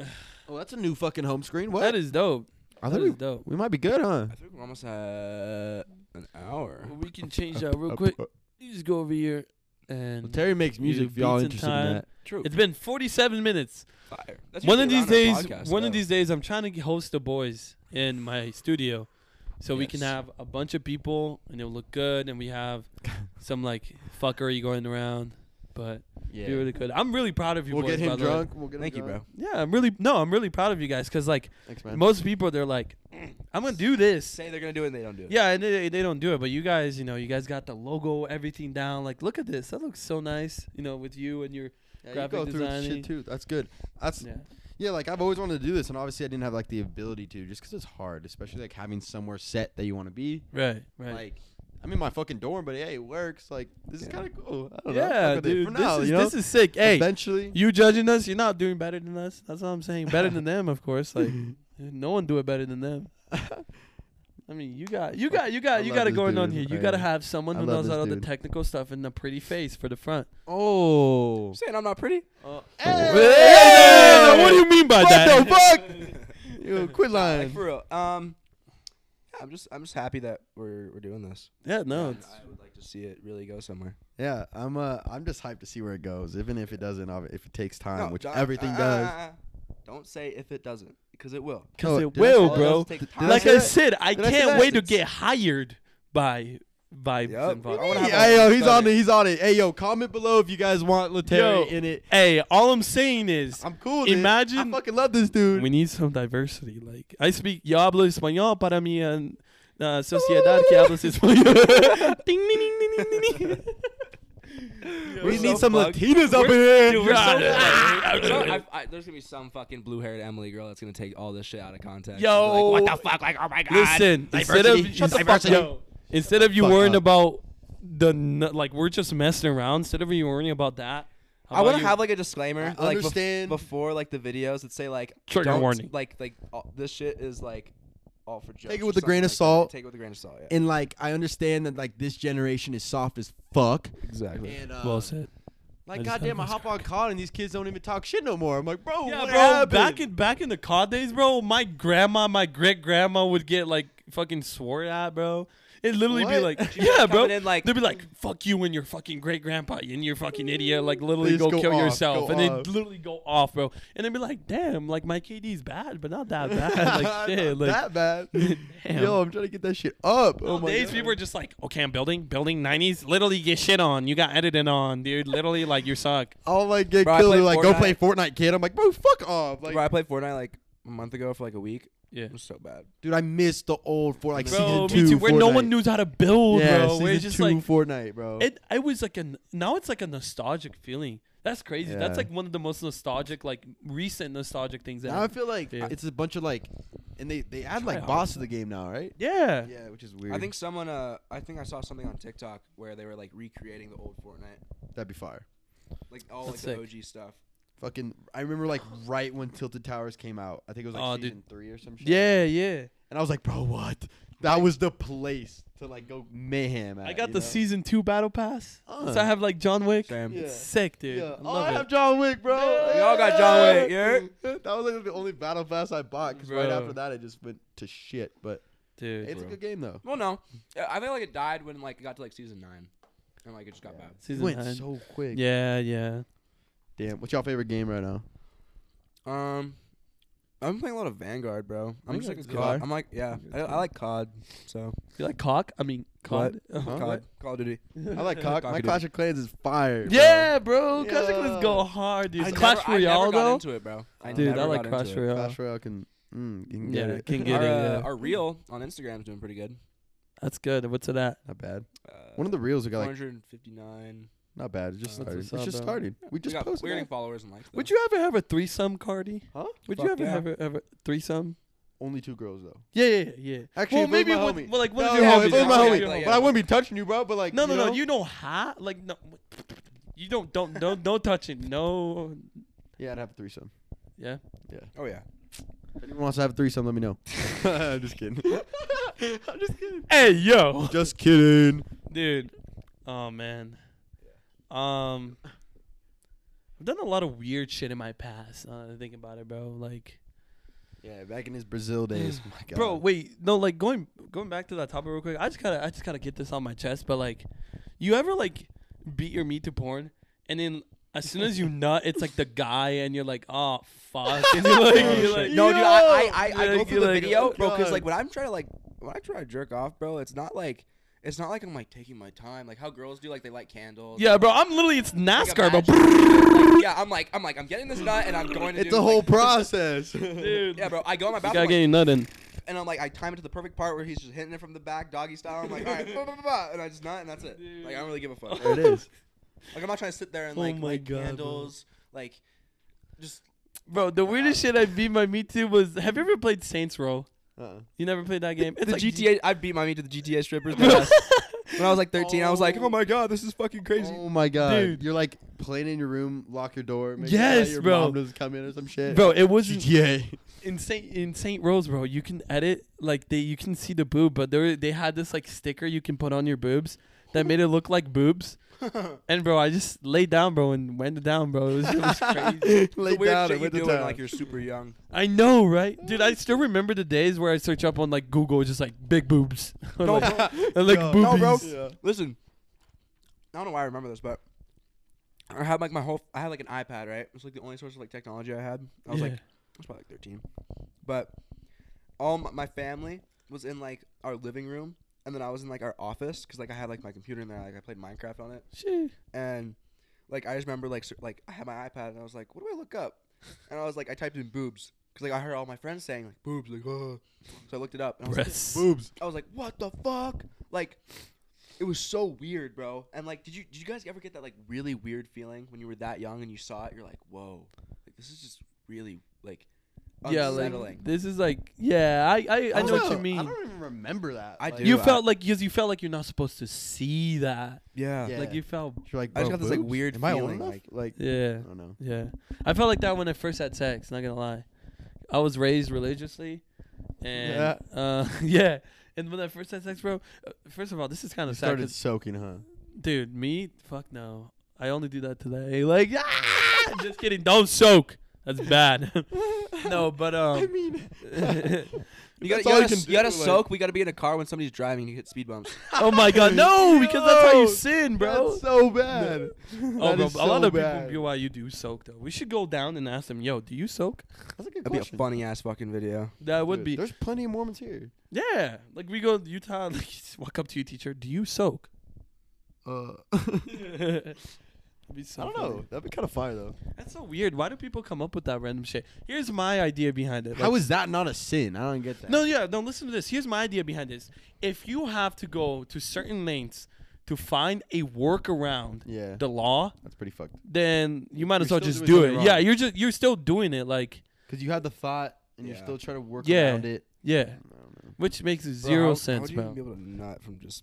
Speaker 2: Ugh,
Speaker 1: Oh, that's a new fucking home screen. What?
Speaker 2: That is dope.
Speaker 1: I
Speaker 2: that
Speaker 1: think
Speaker 2: is
Speaker 1: we,
Speaker 2: dope.
Speaker 1: we might be good, huh?
Speaker 3: I think we're almost at an hour.
Speaker 2: Well, we can change that real quick. You just go over here and.
Speaker 1: Well, Terry makes music if y'all
Speaker 2: Beats in
Speaker 1: interested in
Speaker 2: time.
Speaker 1: that.
Speaker 3: True.
Speaker 2: it's been 47 minutes.
Speaker 3: fire. That's
Speaker 2: one of these
Speaker 3: usually around
Speaker 2: days,
Speaker 3: our podcast,
Speaker 2: one of
Speaker 3: though.
Speaker 2: these days, I'm trying to g- host the boys in my studio, so we can
Speaker 3: Yes.
Speaker 2: have a bunch of people and it'll look good, and we have some like fuckery going around. But
Speaker 1: Yeah.
Speaker 2: be really good. I'm really proud of you.
Speaker 1: We'll
Speaker 2: boys,
Speaker 1: get
Speaker 2: by
Speaker 1: him
Speaker 2: the way.
Speaker 1: drunk. We'll get him
Speaker 3: Thank you,
Speaker 1: drunk.
Speaker 3: bro.
Speaker 2: Yeah, I'm really no, I'm really proud of you guys because like
Speaker 1: Thanks, man.
Speaker 2: most people, they're like, I'm gonna do this.
Speaker 3: Say they're gonna do it and they don't do it.
Speaker 2: Yeah, and they, they don't do it, but you guys, you know, you guys got the logo, everything down. Like, look at this. That looks so nice. You know, with you and your
Speaker 1: yeah, you
Speaker 2: graphic
Speaker 1: go through this
Speaker 2: designing.
Speaker 1: shit too. That's good. That's
Speaker 2: yeah.
Speaker 1: Yeah, like I've always wanted to do this, and obviously I didn't have like the ability to, just because it's hard, especially like having somewhere set that you want to be.
Speaker 2: Right, right.
Speaker 1: Like, I'm in my fucking dorm, but hey, it works. Like, this is kind of cool. I don't know.
Speaker 2: yeah,
Speaker 1: Fuck with it
Speaker 2: dude.
Speaker 1: For
Speaker 2: this,
Speaker 1: now,
Speaker 2: is,
Speaker 1: you know?
Speaker 2: this is sick. Hey,
Speaker 1: eventually.
Speaker 2: you judging us? You're not doing better than us. That's what I'm saying. Better than them, of course. Like, no one do it better than them. I mean, you got, you got, you
Speaker 1: I
Speaker 2: got, you
Speaker 1: love
Speaker 2: got it
Speaker 1: this
Speaker 2: going on here.
Speaker 1: dude.
Speaker 2: You
Speaker 1: I
Speaker 2: got to
Speaker 1: am.
Speaker 2: have someone
Speaker 1: I
Speaker 2: who
Speaker 1: love
Speaker 2: knows
Speaker 1: this
Speaker 2: all the
Speaker 1: dude.
Speaker 2: technical stuff and a pretty face for the front.
Speaker 1: Oh.
Speaker 3: I'm saying I'm not pretty.
Speaker 2: Now, what do you mean by
Speaker 1: What
Speaker 2: that?
Speaker 1: the fuck? Yo, quit
Speaker 3: Like
Speaker 1: lying.
Speaker 3: for real. Um, yeah, I'm just I'm just happy that we're we're doing this.
Speaker 2: Yeah, no.
Speaker 1: Oh,
Speaker 3: And
Speaker 2: It's,
Speaker 3: I would like to see it really go somewhere.
Speaker 1: Yeah, I'm. Uh, I'm just hyped to see where it goes, even if it doesn't. obvi- If it takes time, which
Speaker 3: don't-
Speaker 1: everything
Speaker 3: uh,
Speaker 1: does.
Speaker 3: uh, uh, Don't say if it doesn't, because it will.
Speaker 1: No,
Speaker 2: Cause it
Speaker 1: did I say
Speaker 2: will,
Speaker 1: that?
Speaker 2: bro.
Speaker 3: Did I
Speaker 2: Like
Speaker 1: say
Speaker 2: I
Speaker 1: that?
Speaker 2: said, I
Speaker 1: Did I say
Speaker 2: can't
Speaker 1: that?
Speaker 2: wait to get hired by by
Speaker 3: Yep.
Speaker 2: Vincent Vaughn.
Speaker 3: I wanna have a-
Speaker 1: Hey, yo, he's on
Speaker 3: Study.
Speaker 1: it. He's on it. Hey, yo, comment below if you guys want
Speaker 2: Yo.
Speaker 1: Letary in it.
Speaker 2: Hey, all I'm saying is
Speaker 1: I'm cool. With it. I
Speaker 2: Imagine-
Speaker 1: fucking love this dude.
Speaker 2: we need some diversity. Like I speak, yo hablo español para mi uh, uh, sociedad que hablas español. ding, ding, ding, ding, ding, ding, ding.
Speaker 1: We
Speaker 3: We're
Speaker 1: need
Speaker 3: so
Speaker 1: some
Speaker 3: fucked.
Speaker 1: Latinas up in
Speaker 2: We're-
Speaker 1: here.
Speaker 2: dude, we're so
Speaker 1: Yeah.
Speaker 2: fucked.
Speaker 3: You know, I, I, there's gonna be some fucking blue-haired Emily girl that's gonna take all this shit out of context.
Speaker 2: Yo,
Speaker 3: and be like, what the fuck? Like, oh my god.
Speaker 2: Listen, instead of
Speaker 3: Shut the fuck
Speaker 2: instead-
Speaker 3: up.
Speaker 2: yo, instead of you
Speaker 1: Fuck
Speaker 2: worrying
Speaker 1: up.
Speaker 2: about the n- like we're just messing around. Instead of you worrying about that, how
Speaker 3: I
Speaker 2: about
Speaker 3: want to
Speaker 2: you-
Speaker 3: have like a disclaimer,
Speaker 1: I
Speaker 3: like bef-
Speaker 1: understand.
Speaker 3: before like the videos that say like
Speaker 2: Trigger
Speaker 3: don't-
Speaker 2: warning.
Speaker 3: like like all, this shit is like all for jokes.
Speaker 1: Take it
Speaker 3: or
Speaker 1: with a grain of
Speaker 3: something like that.
Speaker 1: salt.
Speaker 3: Take it with a grain of salt. Yeah.
Speaker 1: And like, I understand that like this generation is soft as fuck.
Speaker 3: Exactly.
Speaker 1: And uh,
Speaker 2: well said. I
Speaker 1: like,
Speaker 2: just
Speaker 1: goddamn,
Speaker 2: had
Speaker 1: I
Speaker 2: this
Speaker 1: hop on COD and these kids don't even talk shit no more. I'm like, bro,
Speaker 2: Yeah,
Speaker 1: what
Speaker 2: bro.
Speaker 1: happened?
Speaker 2: Back in back in the COD days, bro, my grandma, my great grandma would get like fucking swore at, bro. It'd literally be
Speaker 1: What?
Speaker 2: like,
Speaker 3: She's
Speaker 2: yeah, bro.
Speaker 3: coming in like-
Speaker 2: They'd be like, fuck you and your fucking great grandpa and your fucking idiot. Like, literally
Speaker 1: Please
Speaker 2: go,
Speaker 1: go
Speaker 2: kill
Speaker 1: off, go
Speaker 2: yourself. and they'd
Speaker 1: off.
Speaker 2: literally go off, bro. And they'd be like, damn, like my KD's bad, but not that bad. Like, shit.
Speaker 1: Not that
Speaker 2: Like,
Speaker 1: bad.
Speaker 2: Damn.
Speaker 1: Yo, I'm trying to get that shit up. Oh my
Speaker 2: Nowadays,
Speaker 1: god.
Speaker 2: people are just like, okay, I'm building, building. 90s, literally get shit on. You got edited on, dude. Literally, like, you suck.
Speaker 1: I'll like get
Speaker 3: Bro, I
Speaker 1: killed. They're
Speaker 3: played
Speaker 1: like, go play Fortnite, kid. I'm like, bro, fuck off. Like,
Speaker 3: Bro, I played Fortnite like a month ago for like a week.
Speaker 2: Yeah.
Speaker 3: It was so bad.
Speaker 1: dude, I missed the old Fortnite. Like
Speaker 2: Bro,
Speaker 1: season
Speaker 2: me
Speaker 1: two
Speaker 2: too. Where no one
Speaker 1: Fortnite.
Speaker 2: knows how to build,
Speaker 1: yeah,
Speaker 2: bro. We're
Speaker 1: season
Speaker 2: just
Speaker 1: two
Speaker 2: like,
Speaker 1: Fortnite, bro.
Speaker 2: It I was like a now it's like a nostalgic feeling. That's crazy. That's
Speaker 1: Yeah.
Speaker 2: like one of the most nostalgic, like recent nostalgic things.
Speaker 1: now I
Speaker 2: That
Speaker 1: feel like
Speaker 2: Yeah.
Speaker 1: it's a bunch of like, and they they add
Speaker 2: Try
Speaker 1: like
Speaker 2: hard.
Speaker 1: boss to the game now, right?
Speaker 2: yeah.
Speaker 1: Yeah, which is weird.
Speaker 3: I think someone uh I think I saw something on TikTok where they were like recreating the old Fortnite.
Speaker 1: that'd be fire.
Speaker 3: Like all
Speaker 2: That's
Speaker 3: like
Speaker 2: sick.
Speaker 3: the OG stuff.
Speaker 1: Fucking, I remember like right when Tilted Towers came out. I think it was like
Speaker 2: Oh, dude.
Speaker 1: season three or some shit.
Speaker 2: yeah, yeah.
Speaker 1: and I was like, bro, what? That was the place to like go mayhem. At,
Speaker 2: I got
Speaker 1: you
Speaker 2: the
Speaker 1: know?
Speaker 2: season two battle pass,
Speaker 1: Uh.
Speaker 2: so I have like John Wick.
Speaker 3: Same.
Speaker 1: Yeah.
Speaker 2: Sick, dude.
Speaker 1: Yeah.
Speaker 2: I
Speaker 1: oh,
Speaker 2: love
Speaker 1: I
Speaker 2: it.
Speaker 1: have John Wick, bro.
Speaker 2: Yeah.
Speaker 3: We all got John Wick, yeah.
Speaker 1: that was like the only Battle Pass I bought because right
Speaker 2: Bro.
Speaker 1: after that it just went to shit. But
Speaker 2: dude,
Speaker 1: it's a good game though.
Speaker 3: Well no. Uh, I think like it died when like it got to like season nine. And like it just got bad.
Speaker 1: It
Speaker 2: season
Speaker 1: went
Speaker 2: nine.
Speaker 1: so quick.
Speaker 2: yeah, yeah.
Speaker 1: Damn. What's y'all favorite game right now?
Speaker 3: Um I've been playing a lot of Vanguard, bro. I'm just like
Speaker 2: Vanguard's
Speaker 3: a
Speaker 2: good.
Speaker 3: COD. I'm like yeah. I, I like COD. So
Speaker 2: You like cock? I mean,
Speaker 3: What?
Speaker 2: cod.
Speaker 1: Oh,
Speaker 3: COD. Call of Duty.
Speaker 1: I like Cock.
Speaker 3: Cock
Speaker 1: My
Speaker 3: it
Speaker 1: Clash of Clans is fire. bro.
Speaker 2: Yeah, bro. Clash of
Speaker 1: Yeah.
Speaker 2: Clans go hard, dude.
Speaker 3: I
Speaker 2: Clash
Speaker 3: never, I
Speaker 2: Royale
Speaker 3: never got
Speaker 2: though.
Speaker 3: into it, bro. I
Speaker 2: dude,
Speaker 3: never
Speaker 2: I like
Speaker 3: got into
Speaker 2: Clash
Speaker 3: it.
Speaker 2: Royale.
Speaker 1: Clash Royale can. Mm, you can
Speaker 2: yeah,
Speaker 1: get it.
Speaker 2: can get
Speaker 3: our,
Speaker 2: it.
Speaker 3: uh,
Speaker 2: Yeah.
Speaker 3: our reel on Instagram is doing pretty good.
Speaker 2: That's good. What's it at?
Speaker 1: Not bad.
Speaker 3: Uh,
Speaker 1: One of the reels we got like
Speaker 3: 459.
Speaker 1: not bad. It just
Speaker 3: Uh,
Speaker 1: started.
Speaker 2: That's
Speaker 1: It's
Speaker 2: what's
Speaker 1: just
Speaker 2: up, bro.
Speaker 1: started. We just
Speaker 3: we got,
Speaker 1: posted.
Speaker 3: We're getting
Speaker 1: that.
Speaker 3: followers and likes. Though.
Speaker 2: Would you ever have a threesome, Cardi?
Speaker 1: Huh?
Speaker 2: Would you
Speaker 3: Fuck
Speaker 2: ever
Speaker 3: yeah.
Speaker 2: have a, have a threesome?
Speaker 1: Only two girls though.
Speaker 2: Yeah, yeah, yeah.
Speaker 1: Actually,
Speaker 2: well,
Speaker 1: if it was
Speaker 2: maybe
Speaker 1: my
Speaker 2: with,
Speaker 1: homie.
Speaker 2: well, like one
Speaker 1: No,
Speaker 2: of your
Speaker 1: yeah,
Speaker 2: homies.
Speaker 1: if it was my
Speaker 2: like, one of
Speaker 1: homie,
Speaker 2: your
Speaker 3: like,
Speaker 1: but I wouldn't be touching you, bro. But like,
Speaker 2: No, no,
Speaker 1: you
Speaker 2: no.
Speaker 1: know?
Speaker 2: You don't have like no. You don't don't don't no touching. No.
Speaker 1: Yeah, I'd have a threesome.
Speaker 2: Yeah.
Speaker 3: Oh yeah.
Speaker 1: If anyone wants to have a threesome, let me know. I'm just kidding.
Speaker 2: I'm just kidding. Hey yo,
Speaker 1: just kidding.
Speaker 2: dude. Oh man. Um. I've done a lot of weird shit in my past. Now that I think about it, bro. Like,
Speaker 1: Yeah, back in his Brazil days. my God.
Speaker 2: bro, wait, no, like going going back to that topic real quick. I just gotta I just gotta get this on my chest. But like, you ever like beat your meat to porn, and then as soon as you nut, it's like the guy, and you're like, oh fuck, and you're
Speaker 1: Oh,
Speaker 2: like, you're
Speaker 1: shit.
Speaker 2: like
Speaker 3: No, dude, I I, I, I
Speaker 2: You're
Speaker 3: go
Speaker 2: like- you're
Speaker 3: through the
Speaker 2: like,
Speaker 3: video,
Speaker 2: oh,
Speaker 3: bro, because
Speaker 1: God.
Speaker 3: like when I'm trying to like when I try to jerk off, bro, it's not like it's not like I'm like taking my time, like how girls do, like they light candles.
Speaker 2: yeah, bro, I'm literally it's
Speaker 3: like, a
Speaker 2: NASCAR,
Speaker 3: match.
Speaker 2: bro.
Speaker 3: Like, yeah, I'm like I'm like I'm getting this nut and I'm going to.
Speaker 1: it's
Speaker 3: do,
Speaker 1: a whole
Speaker 3: like,
Speaker 1: process.
Speaker 2: Dude,
Speaker 3: Yeah, bro. I go on my
Speaker 2: you
Speaker 3: back
Speaker 2: gotta get your nut in.
Speaker 3: and I'm like I time it to the perfect part where he's just hitting it from the back, doggy style. I'm like, all right, bah, bah, bah, bah, and I just nut and that's it. Like I don't really give a fuck.
Speaker 1: there it is.
Speaker 3: Like I'm not trying to sit there and
Speaker 2: Oh
Speaker 3: like
Speaker 2: my
Speaker 3: light
Speaker 2: God, bro.
Speaker 3: candles, like just
Speaker 2: Bro, the weirdest shit I beat my meat to was. Have you ever played Saints Row?
Speaker 1: Uh-uh.
Speaker 2: You never played that game. It's
Speaker 3: the
Speaker 2: like-
Speaker 3: GTA. I beat my meat to the GTA strippers dead ass. when I was like 13. I was like, oh my god, this is fucking crazy.
Speaker 1: Oh my God,
Speaker 2: Dude.
Speaker 1: You're like playing in your room, lock your door. Make sure
Speaker 2: Yes,
Speaker 1: that your
Speaker 2: bro.
Speaker 1: Mom doesn't come in or some shit.
Speaker 2: Bro, it was
Speaker 1: GTA.
Speaker 2: in Saint in Saint Rose, bro, you can edit like they you can see the boob, but there they had this like sticker you can put on your boobs that made it look like boobs. And bro, I just laid down, bro, and went down, bro. It was, it was crazy.
Speaker 1: Lay
Speaker 3: the weird
Speaker 1: down and
Speaker 3: shit you
Speaker 1: went to
Speaker 3: do when
Speaker 1: town.
Speaker 3: like you're super young.
Speaker 2: I know, right, dude? I still remember the days where I search up on like Google, just like big boobs, Or,
Speaker 3: No,
Speaker 2: like,
Speaker 3: bro.
Speaker 2: or, like,
Speaker 1: No,
Speaker 2: boobies.
Speaker 3: no, bro.
Speaker 1: Yeah.
Speaker 3: Listen, I don't know why I remember this, but I had like my whole I had like an iPad, right? It was like the only source of like technology I had. I was like,
Speaker 2: Yeah.
Speaker 3: I was probably like 13, but all my, my family was in like our living room, and then I was in like our office because like I had like my computer in there, like I played Minecraft on it.
Speaker 2: Shit.
Speaker 3: and like I just remember like cer- like I had my iPad and I was like, what do I look up? And I was like, I typed in boobs because like I heard all my friends saying like boobs, like uh. so I looked it up and I was, like,
Speaker 2: breasts.
Speaker 1: Boobs.
Speaker 3: I was like, what the fuck? Like, it was so weird, bro. And like, did you did you guys ever get that like really weird feeling when you were that young and you saw it? You're like, whoa, like this is just really like
Speaker 2: Yeah, like
Speaker 3: unsettling.
Speaker 2: this is like yeah, I I, I know what you
Speaker 1: don't- I
Speaker 2: mean.
Speaker 1: don't even remember that.
Speaker 3: I do.
Speaker 2: You
Speaker 3: I-
Speaker 2: felt like because you felt like you're not supposed to see that.
Speaker 3: yeah.
Speaker 1: Yeah.
Speaker 2: Like you felt
Speaker 1: You're like,
Speaker 3: I just
Speaker 1: bro,
Speaker 3: got this, like,
Speaker 1: boobs?
Speaker 3: weird
Speaker 1: Am I old
Speaker 3: feeling,
Speaker 1: enough?
Speaker 3: like-
Speaker 1: like,
Speaker 2: yeah.
Speaker 1: I don't know.
Speaker 2: Yeah. I felt like that when I first had sex, not gonna lie. I was raised religiously and yeah.
Speaker 1: Yeah.
Speaker 2: uh yeah. And when I first had sex, bro, uh, first of all, this is kind
Speaker 1: You
Speaker 2: of sad.
Speaker 1: started
Speaker 2: 'cause-
Speaker 1: soaking, huh?
Speaker 2: Dude, me? Fuck no. I only do that today. Like, ah! just kidding. Don't soak. That's bad. no, but um.
Speaker 1: I mean,
Speaker 3: You
Speaker 1: That's
Speaker 3: gotta,
Speaker 1: all you
Speaker 3: you gotta,
Speaker 1: can
Speaker 3: s- you gotta
Speaker 1: do, like-
Speaker 3: soak. we gotta be in a car when somebody's driving. You hit speed bumps.
Speaker 2: oh my God, no! Because that's how
Speaker 1: No,
Speaker 2: you sin, bro.
Speaker 1: that's so bad.
Speaker 2: oh,
Speaker 1: That
Speaker 2: bro,
Speaker 1: is
Speaker 2: a lot
Speaker 1: so
Speaker 2: of
Speaker 1: bad.
Speaker 2: people in BYU do soak though. We should go down and ask them, "Yo, do you soak?"
Speaker 1: That's a good
Speaker 3: That'd be a
Speaker 1: question.
Speaker 3: funny ass fucking video.
Speaker 2: That would
Speaker 1: Dude,
Speaker 2: be
Speaker 1: There's plenty of Mormons here.
Speaker 2: yeah. Like we go to Utah, like just walk up to your teacher, "Do you soak?"
Speaker 1: Uh,
Speaker 2: That'd be so
Speaker 1: I don't
Speaker 2: funny.
Speaker 1: know. That'd be kind of fire though.
Speaker 2: That's so weird. Why do people come up with that random shit? Here's my idea behind it.
Speaker 4: How is that not a sin? I don't get that.
Speaker 2: No, yeah, no, listen to this. Here's my idea behind this. If you have to go to certain lengths to find a workaround
Speaker 1: Yeah,
Speaker 2: the law,
Speaker 1: that's pretty fucked.
Speaker 2: then you might
Speaker 1: You're
Speaker 2: as well
Speaker 1: still
Speaker 2: just
Speaker 1: doing
Speaker 2: do it.
Speaker 1: something
Speaker 2: Yeah,
Speaker 1: wrong.
Speaker 2: you're just you're still doing it like
Speaker 1: Cause you had the thought, and
Speaker 3: Yeah.
Speaker 1: you're still trying to work
Speaker 2: Yeah.
Speaker 1: around it.
Speaker 2: yeah.
Speaker 1: I don't know.
Speaker 2: Which makes
Speaker 3: Bro,
Speaker 2: zero
Speaker 3: how- How
Speaker 2: sense,
Speaker 3: would you
Speaker 2: bro.
Speaker 3: even be able to nut from just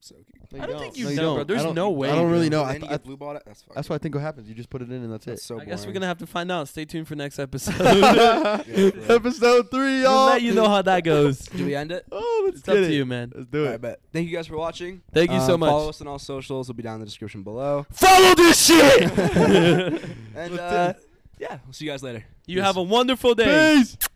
Speaker 3: soaking?
Speaker 1: No,
Speaker 2: I don't think you
Speaker 1: No,
Speaker 2: know, bro.
Speaker 1: don't.
Speaker 2: There's
Speaker 1: I don't-
Speaker 2: no way,
Speaker 1: I don't really
Speaker 2: bro.
Speaker 1: know.
Speaker 3: And
Speaker 1: I
Speaker 3: then you
Speaker 1: th-
Speaker 3: get
Speaker 1: I-
Speaker 3: blue balled out? That's fucking.
Speaker 1: that's what I think will happen. You just put it in, and that's
Speaker 3: That's
Speaker 1: it.
Speaker 3: so
Speaker 2: I guess we're
Speaker 3: boring.
Speaker 2: gonna have to find out. Stay tuned for next episode.
Speaker 3: Yeah, bro.
Speaker 1: Episode three,
Speaker 2: We'll
Speaker 1: y'all.
Speaker 2: let you know how that goes.
Speaker 3: Do we end it?
Speaker 1: Oh, let's
Speaker 2: It's
Speaker 1: get
Speaker 2: up
Speaker 1: it.
Speaker 2: to you, man.
Speaker 1: Let's do
Speaker 3: I
Speaker 1: it.
Speaker 3: bet. Thank you guys for watching.
Speaker 2: Thank you so
Speaker 3: Uh, Follow
Speaker 2: much.
Speaker 3: us on all socials. Will be down in the description below.
Speaker 2: Follow this shit.
Speaker 3: And uh, yeah, we'll see you guys later.
Speaker 2: you have a wonderful day.
Speaker 1: Peace.